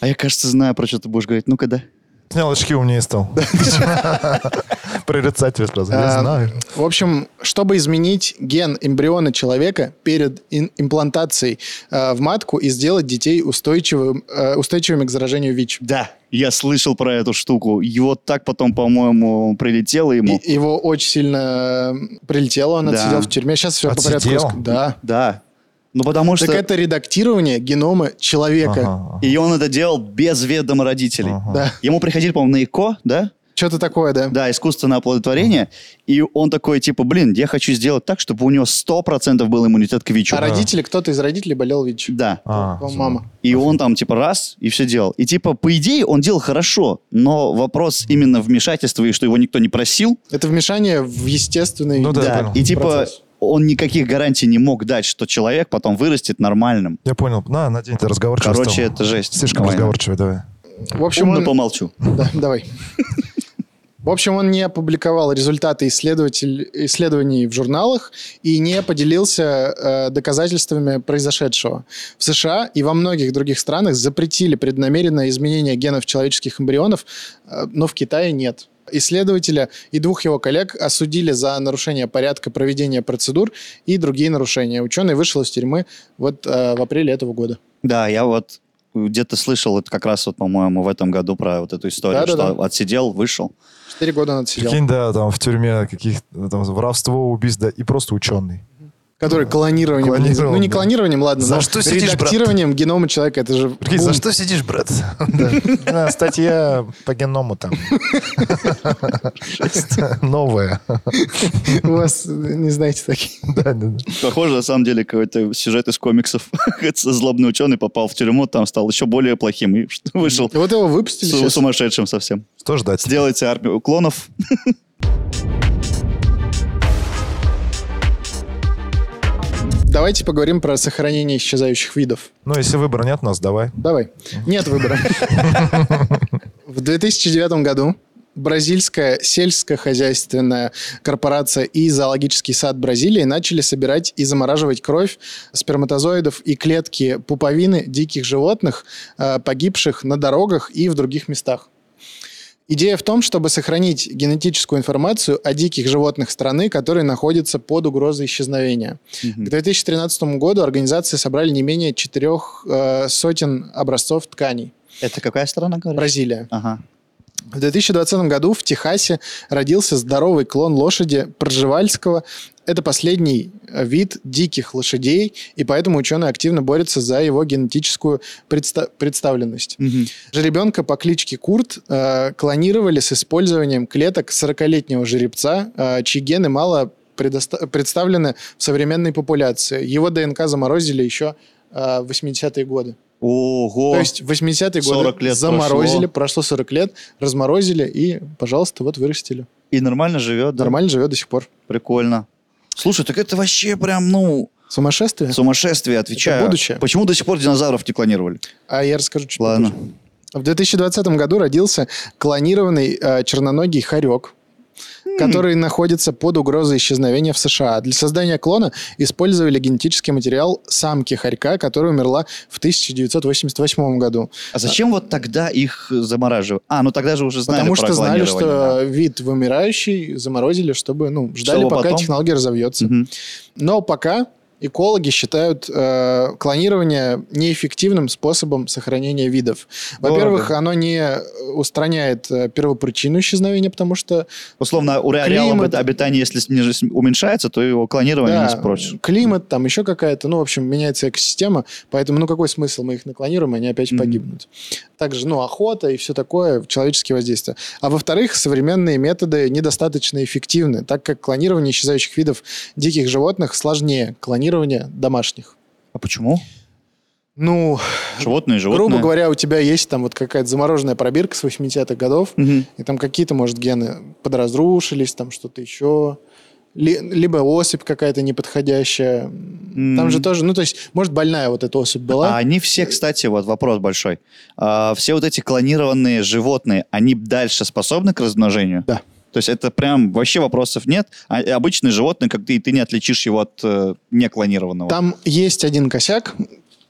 [SPEAKER 1] А я, кажется, знаю, про что ты будешь говорить. Ну-ка, да.
[SPEAKER 3] Снял очки, умнее стал. Прорицатель сразу.
[SPEAKER 2] А,
[SPEAKER 3] Я знаю.
[SPEAKER 2] В общем, чтобы изменить ген эмбриона человека перед ин- имплантацией э, в матку и сделать детей устойчивым, э, устойчивыми к заражению ВИЧ.
[SPEAKER 1] Да, я слышал про эту штуку. Его так потом, по-моему, прилетело ему.
[SPEAKER 2] И- его очень сильно э, прилетело, он
[SPEAKER 1] Да.
[SPEAKER 2] отсидел в тюрьме. Сейчас все по порядку.
[SPEAKER 3] Отсидел?
[SPEAKER 2] расскажу. Да.
[SPEAKER 1] Да. Ну, потому что...
[SPEAKER 2] Так это редактирование генома человека.
[SPEAKER 3] Ага.
[SPEAKER 1] И он это делал без ведома родителей.
[SPEAKER 3] Ага.
[SPEAKER 2] Да.
[SPEAKER 1] Ему приходили, по-моему, на ИКО, да?
[SPEAKER 2] Что-то такое, да.
[SPEAKER 1] Да, искусственное оплодотворение. И он такой, типа, блин, я хочу сделать так, чтобы у него 100% был иммунитет к ВИЧу.
[SPEAKER 2] А родители, кто-то из родителей болел ВИЧ.
[SPEAKER 1] Да.
[SPEAKER 3] А,
[SPEAKER 2] По-моему, мама.
[SPEAKER 1] И он там, типа, раз, и все делал. И, типа, по идее, он делал хорошо, но вопрос именно вмешательства и что его никто не просил.
[SPEAKER 2] Это вмешание в естественный...
[SPEAKER 3] Ну да, я понял.
[SPEAKER 1] И, типа,
[SPEAKER 2] Процесс.
[SPEAKER 1] он никаких гарантий не мог дать, что человек потом вырастет нормальным.
[SPEAKER 3] Я понял. На, надень, ты разговорчивый
[SPEAKER 1] Короче,
[SPEAKER 3] стал.
[SPEAKER 1] это жесть.
[SPEAKER 3] Слишком
[SPEAKER 1] Давай,
[SPEAKER 3] разговорчивый, давай.
[SPEAKER 2] В общем,
[SPEAKER 1] Умно
[SPEAKER 2] он-
[SPEAKER 1] помолчу.
[SPEAKER 2] Да, давай. В общем, он не опубликовал результаты исследователь... исследований в журналах и не поделился э, доказательствами произошедшего. В США и во многих других странах запретили преднамеренное изменение генов человеческих эмбрионов, э, но в Китае нет. Исследователя и двух его коллег осудили за нарушение порядка проведения процедур и другие нарушения. Ученый вышел из тюрьмы вот э, в апреле этого года.
[SPEAKER 1] Да, я вот где-то слышал это как раз вот, по-моему, в этом году про вот эту историю,
[SPEAKER 2] Да-да-да.
[SPEAKER 1] что отсидел, вышел.
[SPEAKER 2] Четыре года он отсидел.
[SPEAKER 3] Прикинь, да, там в тюрьме каких там воровство, убийство, да, и просто ученый.
[SPEAKER 2] Который клонированием.
[SPEAKER 3] Клонировал,
[SPEAKER 2] ну, не
[SPEAKER 3] да.
[SPEAKER 2] клонированием, ладно.
[SPEAKER 3] За
[SPEAKER 2] но
[SPEAKER 3] что сидишь, брат?
[SPEAKER 2] Редактированием генома человека. Это же...
[SPEAKER 3] Прикинь,
[SPEAKER 2] бум.
[SPEAKER 3] за что сидишь, брат? Да, Статья по геному там. Новая.
[SPEAKER 2] У вас, э, не знаете, такие.
[SPEAKER 3] Да, да, да.
[SPEAKER 1] Похоже, на самом деле, какой-то сюжет из комиксов. Злобный ученый попал в тюрьму, там стал еще более плохим и вышел
[SPEAKER 2] Вот его выпустили
[SPEAKER 1] су-
[SPEAKER 2] сейчас.
[SPEAKER 1] сумасшедшим совсем.
[SPEAKER 3] Что ждать?
[SPEAKER 1] Сделайте армию клонов.
[SPEAKER 2] Давайте поговорим про сохранение исчезающих видов.
[SPEAKER 3] Ну, если выбора нет, нас давай.
[SPEAKER 2] Давай. Нет выбора. В 2009 году бразильская сельскохозяйственная корпорация и зоологический сад Бразилии начали собирать и замораживать кровь сперматозоидов и клетки пуповины диких животных, э, погибших на дорогах и в других местах. Идея в том, чтобы сохранить генетическую информацию о диких животных страны, которые находятся под угрозой исчезновения. К 2013 году организации собрали не менее четырех э, сотен образцов тканей.
[SPEAKER 1] Это какая страна, говоришь?
[SPEAKER 2] Бразилия.
[SPEAKER 1] Ага.
[SPEAKER 2] В 2020 году в Техасе родился здоровый клон лошади Пржевальского. Это последний вид диких лошадей, и поэтому ученые активно борются за его генетическую предста- представленность.
[SPEAKER 1] Мгм.
[SPEAKER 2] Жеребенка по кличке Курт э, клонировали с использованием клеток 40-летнего жеребца, э, чьи гены мало предоста- представлены в современной популяции. Его ДНК заморозили еще э, в 80-е годы.
[SPEAKER 1] Ого.
[SPEAKER 2] То есть в 80-е
[SPEAKER 1] 40
[SPEAKER 2] годы
[SPEAKER 1] лет
[SPEAKER 2] заморозили, прошло. 40 лет, разморозили и, пожалуйста, вот вырастили.
[SPEAKER 1] И нормально живет, да?
[SPEAKER 2] Нормально живет до сих пор.
[SPEAKER 1] Прикольно. Слушай, так это вообще прям, ну,
[SPEAKER 2] Сумасшествие?
[SPEAKER 1] сумасшествие, отвечаю.
[SPEAKER 2] будущее.
[SPEAKER 1] Почему до сих пор динозавров не клонировали?
[SPEAKER 2] А я расскажу чуть
[SPEAKER 1] Ладно.
[SPEAKER 2] попозже. В 2020 году родился клонированный э, черноногий хорек,
[SPEAKER 1] Хм.
[SPEAKER 2] который находится под угрозой исчезновения в США. Для создания клона использовали генетический материал самки хорька, которая умерла в 1988 году.
[SPEAKER 1] А зачем вот тогда их замораживать? А, ну тогда же уже знали
[SPEAKER 2] Потому
[SPEAKER 1] про
[SPEAKER 2] что знали,
[SPEAKER 1] клонирование,
[SPEAKER 2] что вид вымирающий, заморозили, чтобы, ну, ждали,
[SPEAKER 1] Чтобы
[SPEAKER 2] пока
[SPEAKER 1] потом-
[SPEAKER 2] технология разовьется.
[SPEAKER 1] да. Мгм.
[SPEAKER 2] Но пока экологи считают э, клонирование неэффективным способом сохранения видов. Во-первых, оно не устраняет э, первопричину исчезновения, потому что
[SPEAKER 1] Условно, у ареала
[SPEAKER 2] Климат.
[SPEAKER 1] обитания, если сни- уменьшается, то его клонирование
[SPEAKER 2] да,
[SPEAKER 1] не спросишь.
[SPEAKER 2] климат, там еще какая-то, ну, в общем, меняется экосистема, поэтому, ну, какой смысл, мы их наклонируем, и они опять
[SPEAKER 1] Мгм.
[SPEAKER 2] погибнут. Также, ну, охота и все такое, человеческие воздействия. А во-вторых, современные методы недостаточно эффективны, так как клонирование исчезающих видов диких животных сложнее клонирования домашних.
[SPEAKER 1] А почему?
[SPEAKER 2] Ну,
[SPEAKER 1] Животные, животные.
[SPEAKER 2] Грубо говоря, у тебя есть там вот какая-то замороженная пробирка с 80-х годов,
[SPEAKER 1] Мгм.
[SPEAKER 2] и там какие-то, может, гены подразрушились, там что-то еще. Ли- Либо осыпь какая-то неподходящая. Там же тоже, ну, то есть, может, больная вот эта особь
[SPEAKER 1] А
[SPEAKER 2] была.
[SPEAKER 1] они все, кстати, вот вопрос большой. А, все вот эти клонированные животные, они дальше способны к размножению?
[SPEAKER 2] Да.
[SPEAKER 1] То есть это прям вообще вопросов нет. А обычные животные, как ты, и ты не отличишь его от э, неклонированного.
[SPEAKER 2] Там есть один косяк,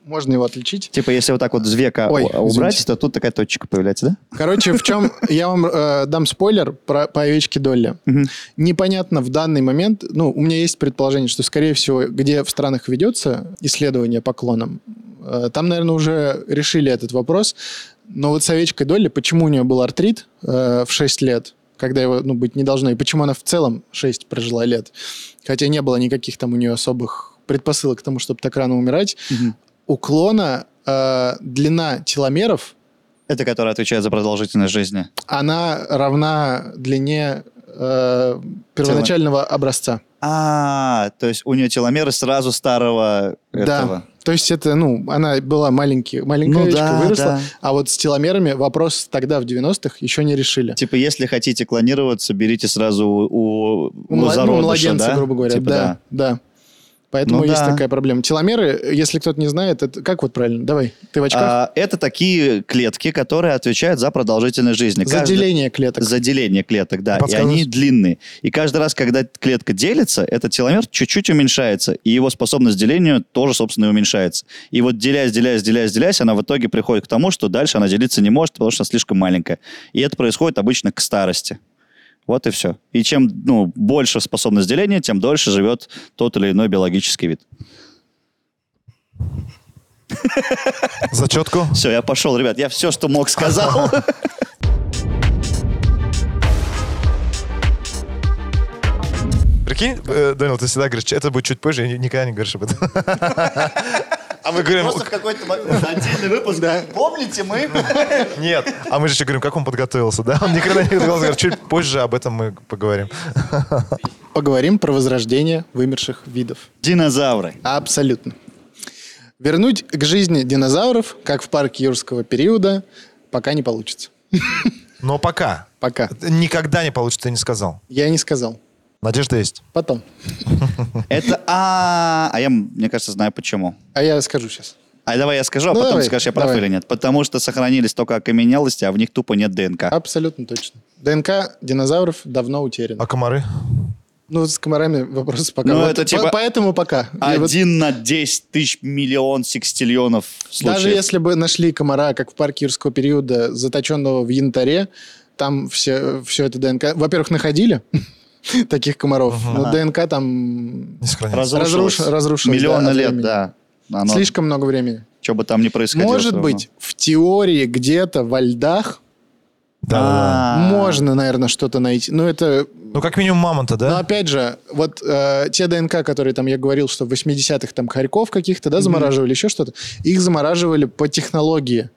[SPEAKER 2] можно его отличить.
[SPEAKER 1] Типа, если вот так вот звека
[SPEAKER 2] Ой,
[SPEAKER 1] убрать,
[SPEAKER 2] извините.
[SPEAKER 1] то тут такая точка появляется,
[SPEAKER 2] Короче, в чем я вам э, дам спойлер про, по овечке Долли.
[SPEAKER 1] да? Мгм.
[SPEAKER 2] Непонятно в данный момент, ну, у меня есть предположение, что, скорее всего, где в странах ведется исследование по клонам, э, там, наверное, уже решили этот вопрос. Но вот с овечкой Долли, почему у нее был артрит э, в 6 лет, когда его, ну, быть не должно, и почему она в целом 6 прожила лет, хотя не было никаких там у нее особых предпосылок к тому, чтобы так рано умирать.
[SPEAKER 1] Мгм.
[SPEAKER 2] У клона э, длина теломеров,
[SPEAKER 1] Это которая отвечает за продолжительность жизни.
[SPEAKER 2] она равна длине э, первоначального образца.
[SPEAKER 1] А, то есть у нее теломеры сразу старого этого.
[SPEAKER 2] Да. То есть это, ну, она была маленький, маленькая
[SPEAKER 1] Ну
[SPEAKER 2] овечка,
[SPEAKER 1] да,
[SPEAKER 2] выросла,
[SPEAKER 1] да.
[SPEAKER 2] а вот с теломерами вопрос тогда в 90-х еще не решили.
[SPEAKER 1] Типа, если хотите клонироваться, берите сразу у, у,
[SPEAKER 2] У мла- ну,
[SPEAKER 1] зародыша,
[SPEAKER 2] младенца,
[SPEAKER 1] да?
[SPEAKER 2] грубо говоря,
[SPEAKER 1] Типа,
[SPEAKER 2] да, да. Поэтому
[SPEAKER 1] Ну
[SPEAKER 2] есть
[SPEAKER 1] да.
[SPEAKER 2] такая проблема. Теломеры, если кто-то не знает, это как вот правильно? Давай, ты в очках.
[SPEAKER 1] А, это такие клетки, которые отвечают за продолжительность жизни.
[SPEAKER 2] За
[SPEAKER 1] Каждый-
[SPEAKER 2] деление клеток.
[SPEAKER 1] За деление клеток, да. И
[SPEAKER 2] Подсказываешь?
[SPEAKER 1] они длинные. И каждый раз, когда клетка делится, этот теломер чуть-чуть уменьшается, и его способность к делению тоже, собственно, и уменьшается. И вот делясь, делясь, делясь, делясь, она в итоге приходит к тому, что дальше она делиться не может, потому что она слишком маленькая. И это происходит обычно к старости. Вот и все. И чем ну, больше способность деления, тем дольше живет тот или иной биологический вид.
[SPEAKER 3] Зачетку.
[SPEAKER 1] Все, я пошел, ребят. Я все, что мог, сказал.
[SPEAKER 3] Прикинь, э, Данил, ты всегда говоришь, это будет чуть позже, и ни- никогда не говоришь об этом. А мы говорим,
[SPEAKER 1] Просто в какой-то момент отдельный выпуск. Помните мы?
[SPEAKER 3] нет. А мы же еще говорим, как он подготовился, да? Он никогда не подготовился, говорит, чуть позже об этом мы поговорим.
[SPEAKER 2] Поговорим про возрождение вымерших видов.
[SPEAKER 1] Динозавры.
[SPEAKER 2] Абсолютно. Вернуть к жизни динозавров, как в парке юрского периода, пока не получится.
[SPEAKER 3] Но пока.
[SPEAKER 2] Пока.
[SPEAKER 3] Никогда не получится, я не сказал.
[SPEAKER 2] Я не сказал.
[SPEAKER 3] Надежда есть.
[SPEAKER 2] Потом.
[SPEAKER 1] Это а, а я, мне кажется, знаю почему.
[SPEAKER 2] А я скажу сейчас.
[SPEAKER 1] А давай я скажу, а
[SPEAKER 2] Ну,
[SPEAKER 1] потом
[SPEAKER 2] давай,
[SPEAKER 1] ты скажешь, я прав
[SPEAKER 2] давай.
[SPEAKER 1] или нет. Потому что сохранились только окаменелости, а в них тупо нет ДНК.
[SPEAKER 2] Абсолютно точно. ДНК динозавров давно утеряна.
[SPEAKER 3] А комары?
[SPEAKER 2] Ну, с комарами вопросы пока.
[SPEAKER 1] Ну,
[SPEAKER 2] Вот
[SPEAKER 1] это
[SPEAKER 2] по-
[SPEAKER 1] типа-
[SPEAKER 2] Поэтому пока. И А, вот
[SPEAKER 1] Один на 10 тысяч миллион секстиллионов случаев.
[SPEAKER 2] Даже если бы нашли комара, как в парке юрского периода, заточенного в янтаре, там все, все это ДНК... Во-первых, находили таких комаров, но ДНК там
[SPEAKER 3] Не сохранилось.
[SPEAKER 1] разрушилось,
[SPEAKER 2] разруш- разрушилось,
[SPEAKER 1] миллионы
[SPEAKER 2] да, от
[SPEAKER 1] лет,
[SPEAKER 2] времени.
[SPEAKER 1] да. Оно,
[SPEAKER 2] слишком много времени.
[SPEAKER 1] Что бы там ни происходило.
[SPEAKER 2] Может
[SPEAKER 1] всё равно.
[SPEAKER 2] быть, в теории где-то во льдах
[SPEAKER 3] Да, да,
[SPEAKER 1] А,
[SPEAKER 2] можно, наверное, что-то найти. Но это...
[SPEAKER 3] да. Ну, как минимум мамонта,
[SPEAKER 2] Но
[SPEAKER 3] да?
[SPEAKER 2] опять же, вот э, те ДНК, которые там я говорил, что в 80-х там хорьков каких-то, да, замораживали, еще что-то, их замораживали по технологии.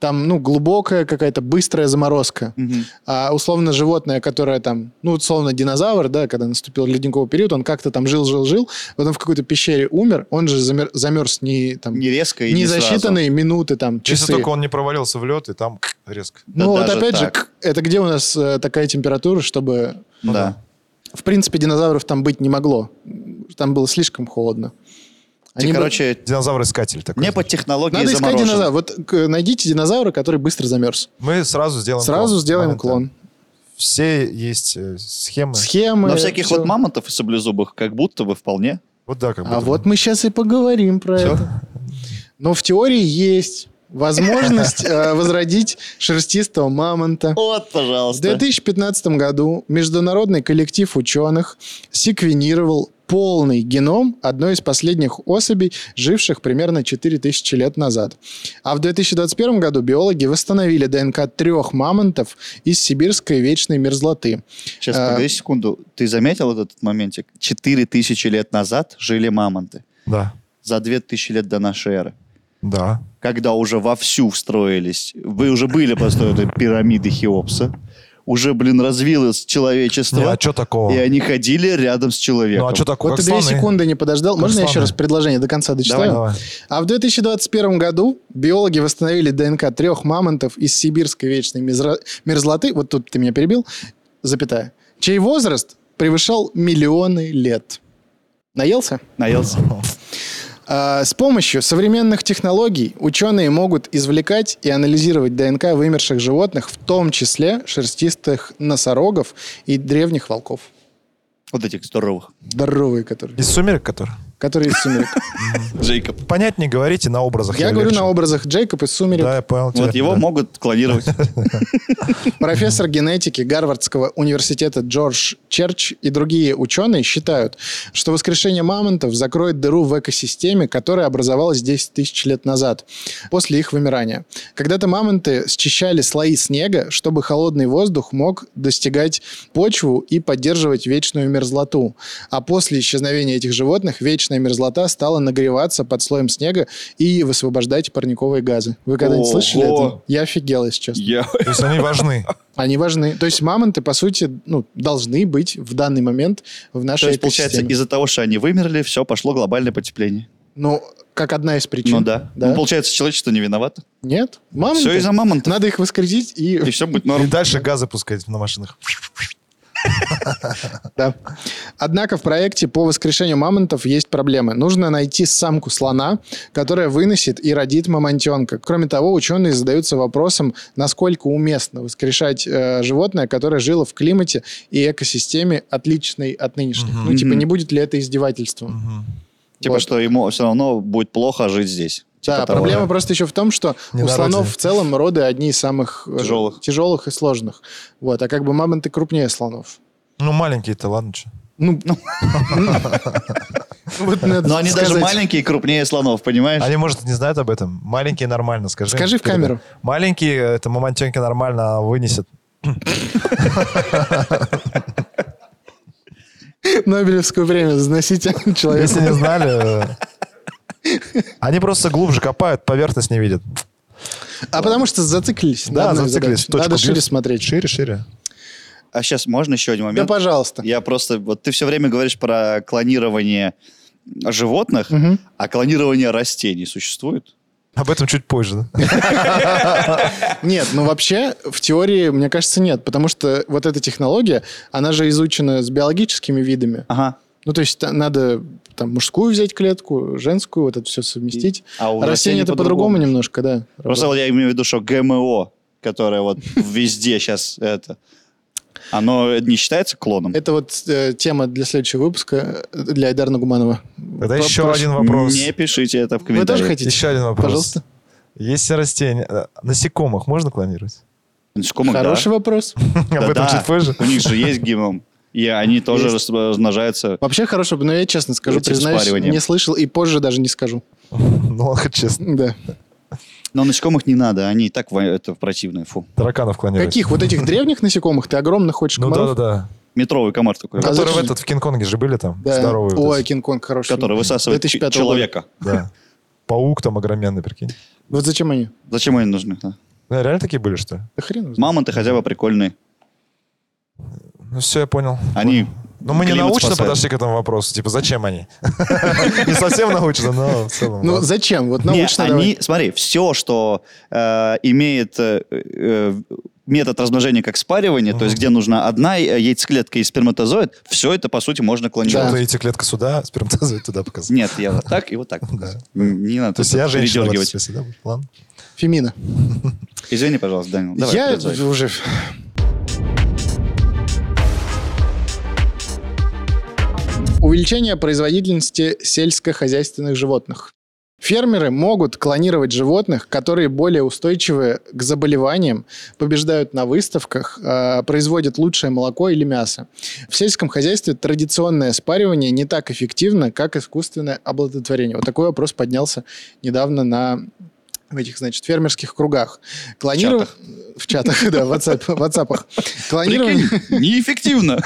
[SPEAKER 2] Там, ну, глубокая какая-то быстрая заморозка.
[SPEAKER 1] мгм.
[SPEAKER 2] А условно животное, которое там, ну, условно динозавр, да, когда наступил ледниковый период, он как-то там жил-жил-жил, потом в какой-то пещере умер, он же замер- замерз не там...
[SPEAKER 1] Не резко и
[SPEAKER 2] не
[SPEAKER 1] не
[SPEAKER 2] за
[SPEAKER 1] сразу.
[SPEAKER 2] считанные минуты, там, часы.
[SPEAKER 3] Если только он не провалился в лед, и там резко.
[SPEAKER 1] Да
[SPEAKER 2] ну, вот
[SPEAKER 1] даже
[SPEAKER 2] опять же,
[SPEAKER 1] так.
[SPEAKER 2] к- это где у нас э, такая температура, чтобы...
[SPEAKER 1] Да.
[SPEAKER 2] В принципе, динозавров там быть не могло. Там было слишком холодно.
[SPEAKER 1] Ты,
[SPEAKER 2] Они бы-
[SPEAKER 1] Типа, короче,
[SPEAKER 3] Динозавр-искатель такой.
[SPEAKER 1] не по технологии
[SPEAKER 2] Надо искать
[SPEAKER 1] заморожен.
[SPEAKER 2] динозавра. Вот к- найдите динозавра, который быстро замерз.
[SPEAKER 3] Мы сразу сделаем
[SPEAKER 2] Сразу
[SPEAKER 3] клон.
[SPEAKER 2] сделаем
[SPEAKER 3] Момент, да.
[SPEAKER 2] клон.
[SPEAKER 3] Все есть э, схемы.
[SPEAKER 2] Схемы.
[SPEAKER 1] Но всяких
[SPEAKER 2] всё.
[SPEAKER 1] вот мамонтов и саблезубых как будто бы вполне.
[SPEAKER 3] Вот да, как
[SPEAKER 2] А
[SPEAKER 3] будто бы.
[SPEAKER 2] вот мы сейчас и поговорим про
[SPEAKER 3] Всё?
[SPEAKER 2] это. Но в теории есть возможность э, возродить шерстистого мамонта.
[SPEAKER 1] Вот,
[SPEAKER 2] В
[SPEAKER 1] пожалуйста.
[SPEAKER 2] 2015 году международный коллектив ученых секвенировал полный геном одной из последних особей, живших примерно 4000 лет назад. А в 2021 году биологи восстановили ДНК трех мамонтов из сибирской вечной мерзлоты.
[SPEAKER 1] Сейчас,
[SPEAKER 2] А.
[SPEAKER 1] погоди секунду. Ты заметил вот этот моментик? Четыре тысячи лет назад жили мамонты.
[SPEAKER 3] Да.
[SPEAKER 1] За две тысячи лет до нашей эры.
[SPEAKER 3] Да.
[SPEAKER 1] Когда уже вовсю встроились, вы уже были построены пирамиды Хеопса, уже, блин, развилось человечество,
[SPEAKER 3] Не, а что такого?
[SPEAKER 1] и они ходили рядом с человеком.
[SPEAKER 3] Ну, а что такого?
[SPEAKER 2] Вот ты
[SPEAKER 3] Как
[SPEAKER 2] две
[SPEAKER 3] слоны.
[SPEAKER 2] секунды не подождал. Можно я
[SPEAKER 3] слоны.
[SPEAKER 2] еще раз предложение до конца дочитаю?
[SPEAKER 3] Давай.
[SPEAKER 2] А в 2021 году биологи восстановили ДНК трех мамонтов из сибирской вечной мезра- мерзлоты, вот тут ты меня перебил, запятая, чей возраст превышал миллионы лет. Наелся?
[SPEAKER 1] Наелся?
[SPEAKER 2] А, С помощью современных технологий ученые могут извлекать и анализировать ДНК вымерших животных, в том числе шерстистых носорогов и древних волков.
[SPEAKER 1] Вот этих здоровых.
[SPEAKER 2] Здоровые которые.
[SPEAKER 3] Из сумерек, который?
[SPEAKER 2] Которые из «Сумерек».
[SPEAKER 1] Джейкоб.
[SPEAKER 3] Понятнее говорите на образах.
[SPEAKER 2] Я говорю
[SPEAKER 3] легче.
[SPEAKER 2] на образах Джейкоб из «Сумерек».
[SPEAKER 3] Да, я понял.
[SPEAKER 1] Вот
[SPEAKER 3] тебя,
[SPEAKER 1] его
[SPEAKER 3] да.
[SPEAKER 1] могут клонировать.
[SPEAKER 2] Профессор генетики Гарвардского университета Джордж Черч и другие ученые считают, что воскрешение мамонтов закроет дыру в экосистеме, которая образовалась 10 тысяч лет назад, после их вымирания. Когда-то мамонты счищали слои снега, чтобы холодный воздух мог достигать почву и поддерживать вечную мерзлоту. А после исчезновения этих животных вечная мерзлота стала нагреваться под слоем снега и высвобождать парниковые газы. Вы когда-нибудь слышали
[SPEAKER 1] Ого!
[SPEAKER 2] это? Я офигел, если честно.
[SPEAKER 1] Я-
[SPEAKER 3] То есть они важны.
[SPEAKER 2] Они важны. То есть мамонты, по сути, ну, должны быть в данный момент в
[SPEAKER 1] То
[SPEAKER 2] нашей
[SPEAKER 1] есть, получается,
[SPEAKER 2] экосистеме.
[SPEAKER 1] из-за того, что они вымерли, все, пошло глобальное потепление.
[SPEAKER 2] Ну, как одна из причин.
[SPEAKER 1] Ну да. Ну, получается, человечество не виновато.
[SPEAKER 2] Нет? Мамонты. Ну,
[SPEAKER 1] Все из-за мамонтов.
[SPEAKER 2] Надо их воскресить и...
[SPEAKER 1] И все будет
[SPEAKER 3] И
[SPEAKER 1] норм.
[SPEAKER 3] дальше газы пускать на машинах.
[SPEAKER 2] Да. Однако в проекте по воскрешению мамонтов есть проблемы. Нужно найти самку слона, которая выносит и родит мамонтенка. Кроме того, ученые задаются вопросом, насколько уместно воскрешать э, животное, которое жило в климате и экосистеме, отличной от нынешних.
[SPEAKER 3] Мгм.
[SPEAKER 2] Ну, типа,
[SPEAKER 1] Мгм.
[SPEAKER 2] не будет ли это издевательством?
[SPEAKER 3] Мгм.
[SPEAKER 1] Типа,
[SPEAKER 2] Вот.
[SPEAKER 1] что ему все равно будет плохо жить здесь. Типа
[SPEAKER 2] Да,
[SPEAKER 1] того.
[SPEAKER 2] проблема просто еще в том, что
[SPEAKER 3] Не
[SPEAKER 2] у
[SPEAKER 3] на
[SPEAKER 2] слонов
[SPEAKER 3] родине.
[SPEAKER 2] в целом роды одни из самых э,
[SPEAKER 1] Тяжелых.
[SPEAKER 2] тяжелых и сложных. Вот, а как бы мамонты крупнее слонов.
[SPEAKER 3] Ну, маленькие-то, ладно что.
[SPEAKER 2] Ну, вот надо
[SPEAKER 1] Но они даже
[SPEAKER 2] сказать.
[SPEAKER 1] маленькие и крупнее слонов, понимаешь?
[SPEAKER 3] Они, может, не знают об этом. Маленькие нормально, скажи. им
[SPEAKER 2] Скажи в
[SPEAKER 3] перед-
[SPEAKER 2] камеру.
[SPEAKER 3] Маленькие, это мамонтенки нормально вынесет.
[SPEAKER 2] Нобелевскую премию заносите человеку.
[SPEAKER 3] Если не знали... э, Они просто глубже копают, поверхность не видят.
[SPEAKER 2] А потому что зациклились. на
[SPEAKER 3] Да,
[SPEAKER 2] одной
[SPEAKER 3] зациклились.
[SPEAKER 2] задаче.
[SPEAKER 3] Точку
[SPEAKER 2] Надо
[SPEAKER 3] бьют.
[SPEAKER 2] шире смотреть.
[SPEAKER 3] Шире, шире.
[SPEAKER 1] А сейчас можно еще один
[SPEAKER 2] Да,
[SPEAKER 1] момент?
[SPEAKER 2] пожалуйста.
[SPEAKER 1] Я просто... Вот ты все время говоришь про клонирование животных,
[SPEAKER 2] Хм.
[SPEAKER 1] а клонирование растений существует?
[SPEAKER 3] Об этом чуть позже. да?
[SPEAKER 2] Нет, ну вообще, в теории, мне кажется, нет. Потому что вот эта технология, она же изучена с биологическими видами.
[SPEAKER 1] Ага.
[SPEAKER 2] Ну, то есть та- надо там мужскую взять клетку, женскую, вот это все совместить.
[SPEAKER 1] А у
[SPEAKER 2] А
[SPEAKER 1] растений
[SPEAKER 2] растения это
[SPEAKER 1] по-другому
[SPEAKER 2] по-другому немножко, да.
[SPEAKER 1] Просто вот я имею в виду, что ГМО, которое вот везде сейчас это, оно не считается клоном?
[SPEAKER 2] Это вот э, тема для следующего выпуска, э, для Айдарна Гуманова.
[SPEAKER 3] Тогда еще
[SPEAKER 2] Вопрос.
[SPEAKER 3] один вопрос.
[SPEAKER 1] Не пишите это в
[SPEAKER 2] Вы
[SPEAKER 1] комментариях.
[SPEAKER 2] тоже хотите?
[SPEAKER 3] Еще один вопрос.
[SPEAKER 2] Пожалуйста.
[SPEAKER 3] Если растения... э, Насекомых можно клонировать?
[SPEAKER 1] Насекомых, да.
[SPEAKER 2] Хороший вопрос.
[SPEAKER 3] Об этом
[SPEAKER 1] Да-да,
[SPEAKER 3] чуть позже.
[SPEAKER 1] У них же есть геном, и они тоже
[SPEAKER 2] Есть.
[SPEAKER 1] рас- размножаются.
[SPEAKER 2] Вообще хорошо, но я честно скажу,
[SPEAKER 1] Этим
[SPEAKER 2] признаюсь,
[SPEAKER 1] спариванием.
[SPEAKER 2] не слышал и позже даже не скажу.
[SPEAKER 3] Ну, ладно, честно.
[SPEAKER 2] Да.
[SPEAKER 1] Но насекомых не надо, они и так во- это противные, фу.
[SPEAKER 3] Тараканов клонировать.
[SPEAKER 2] Каких? Вот этих древних насекомых ты огромно хочешь
[SPEAKER 3] Ну
[SPEAKER 2] комаров?
[SPEAKER 3] да-да-да.
[SPEAKER 1] Метровый комар такой,
[SPEAKER 2] Да.
[SPEAKER 3] Которые в
[SPEAKER 2] А зачем?
[SPEAKER 3] этот, в Кинг-Конге же были там.
[SPEAKER 2] Да.
[SPEAKER 3] Здоровые. вот
[SPEAKER 2] Ой,
[SPEAKER 3] эти.
[SPEAKER 2] Кинг-Конг хороший.
[SPEAKER 1] который высасывает
[SPEAKER 2] 2005
[SPEAKER 1] ч-
[SPEAKER 2] года.
[SPEAKER 1] человека.
[SPEAKER 3] Да. Паук там огроменный, прикинь.
[SPEAKER 2] Вот зачем они?
[SPEAKER 1] Зачем они нужны? да?
[SPEAKER 3] Да, реально такие были, что ли?
[SPEAKER 2] Да хрен его знает.
[SPEAKER 1] Мамонты хотя бы прикольные.
[SPEAKER 3] Ну все, я понял.
[SPEAKER 1] Они
[SPEAKER 3] Ну мы не
[SPEAKER 1] климат
[SPEAKER 3] научно
[SPEAKER 1] спасают.
[SPEAKER 3] подошли к этому вопросу. Типа, зачем они? Не совсем научно, но в целом.
[SPEAKER 2] Ну
[SPEAKER 3] да.
[SPEAKER 2] зачем? Вот
[SPEAKER 1] Не,
[SPEAKER 2] научно давай.
[SPEAKER 1] они, смотри, все, что э, имеет э, э, метод размножения как спаривание, то есть где нужна одна э, яйцеклетка и сперматозоид, все это, по сути, можно
[SPEAKER 3] Чего
[SPEAKER 1] клонировать.
[SPEAKER 3] ты Ну, эти клетка сюда, сперматозоид туда показал?
[SPEAKER 1] Нет, я вот так и вот так. показываю. М, Не надо
[SPEAKER 3] То есть я женщина в этом
[SPEAKER 1] передергивать.
[SPEAKER 3] смысле, да? Ладно.
[SPEAKER 2] Фемина.
[SPEAKER 1] Извини, пожалуйста, Данил. Давай,
[SPEAKER 2] я
[SPEAKER 1] продолжай.
[SPEAKER 2] уже... Увеличение производительности сельскохозяйственных животных. Фермеры могут клонировать животных, которые более устойчивы к заболеваниям, побеждают на выставках, э, производят лучшее молоко или мясо. В сельском хозяйстве традиционное спаривание не так эффективно, как искусственное оплодотворение. Вот такой вопрос поднялся недавно на в этих, значит, фермерских кругах. Клониров...
[SPEAKER 1] чатах.
[SPEAKER 2] В чатах, да, в WhatsApp, в WhatsApp. Клонирование,
[SPEAKER 1] Прикинь, неэффективно.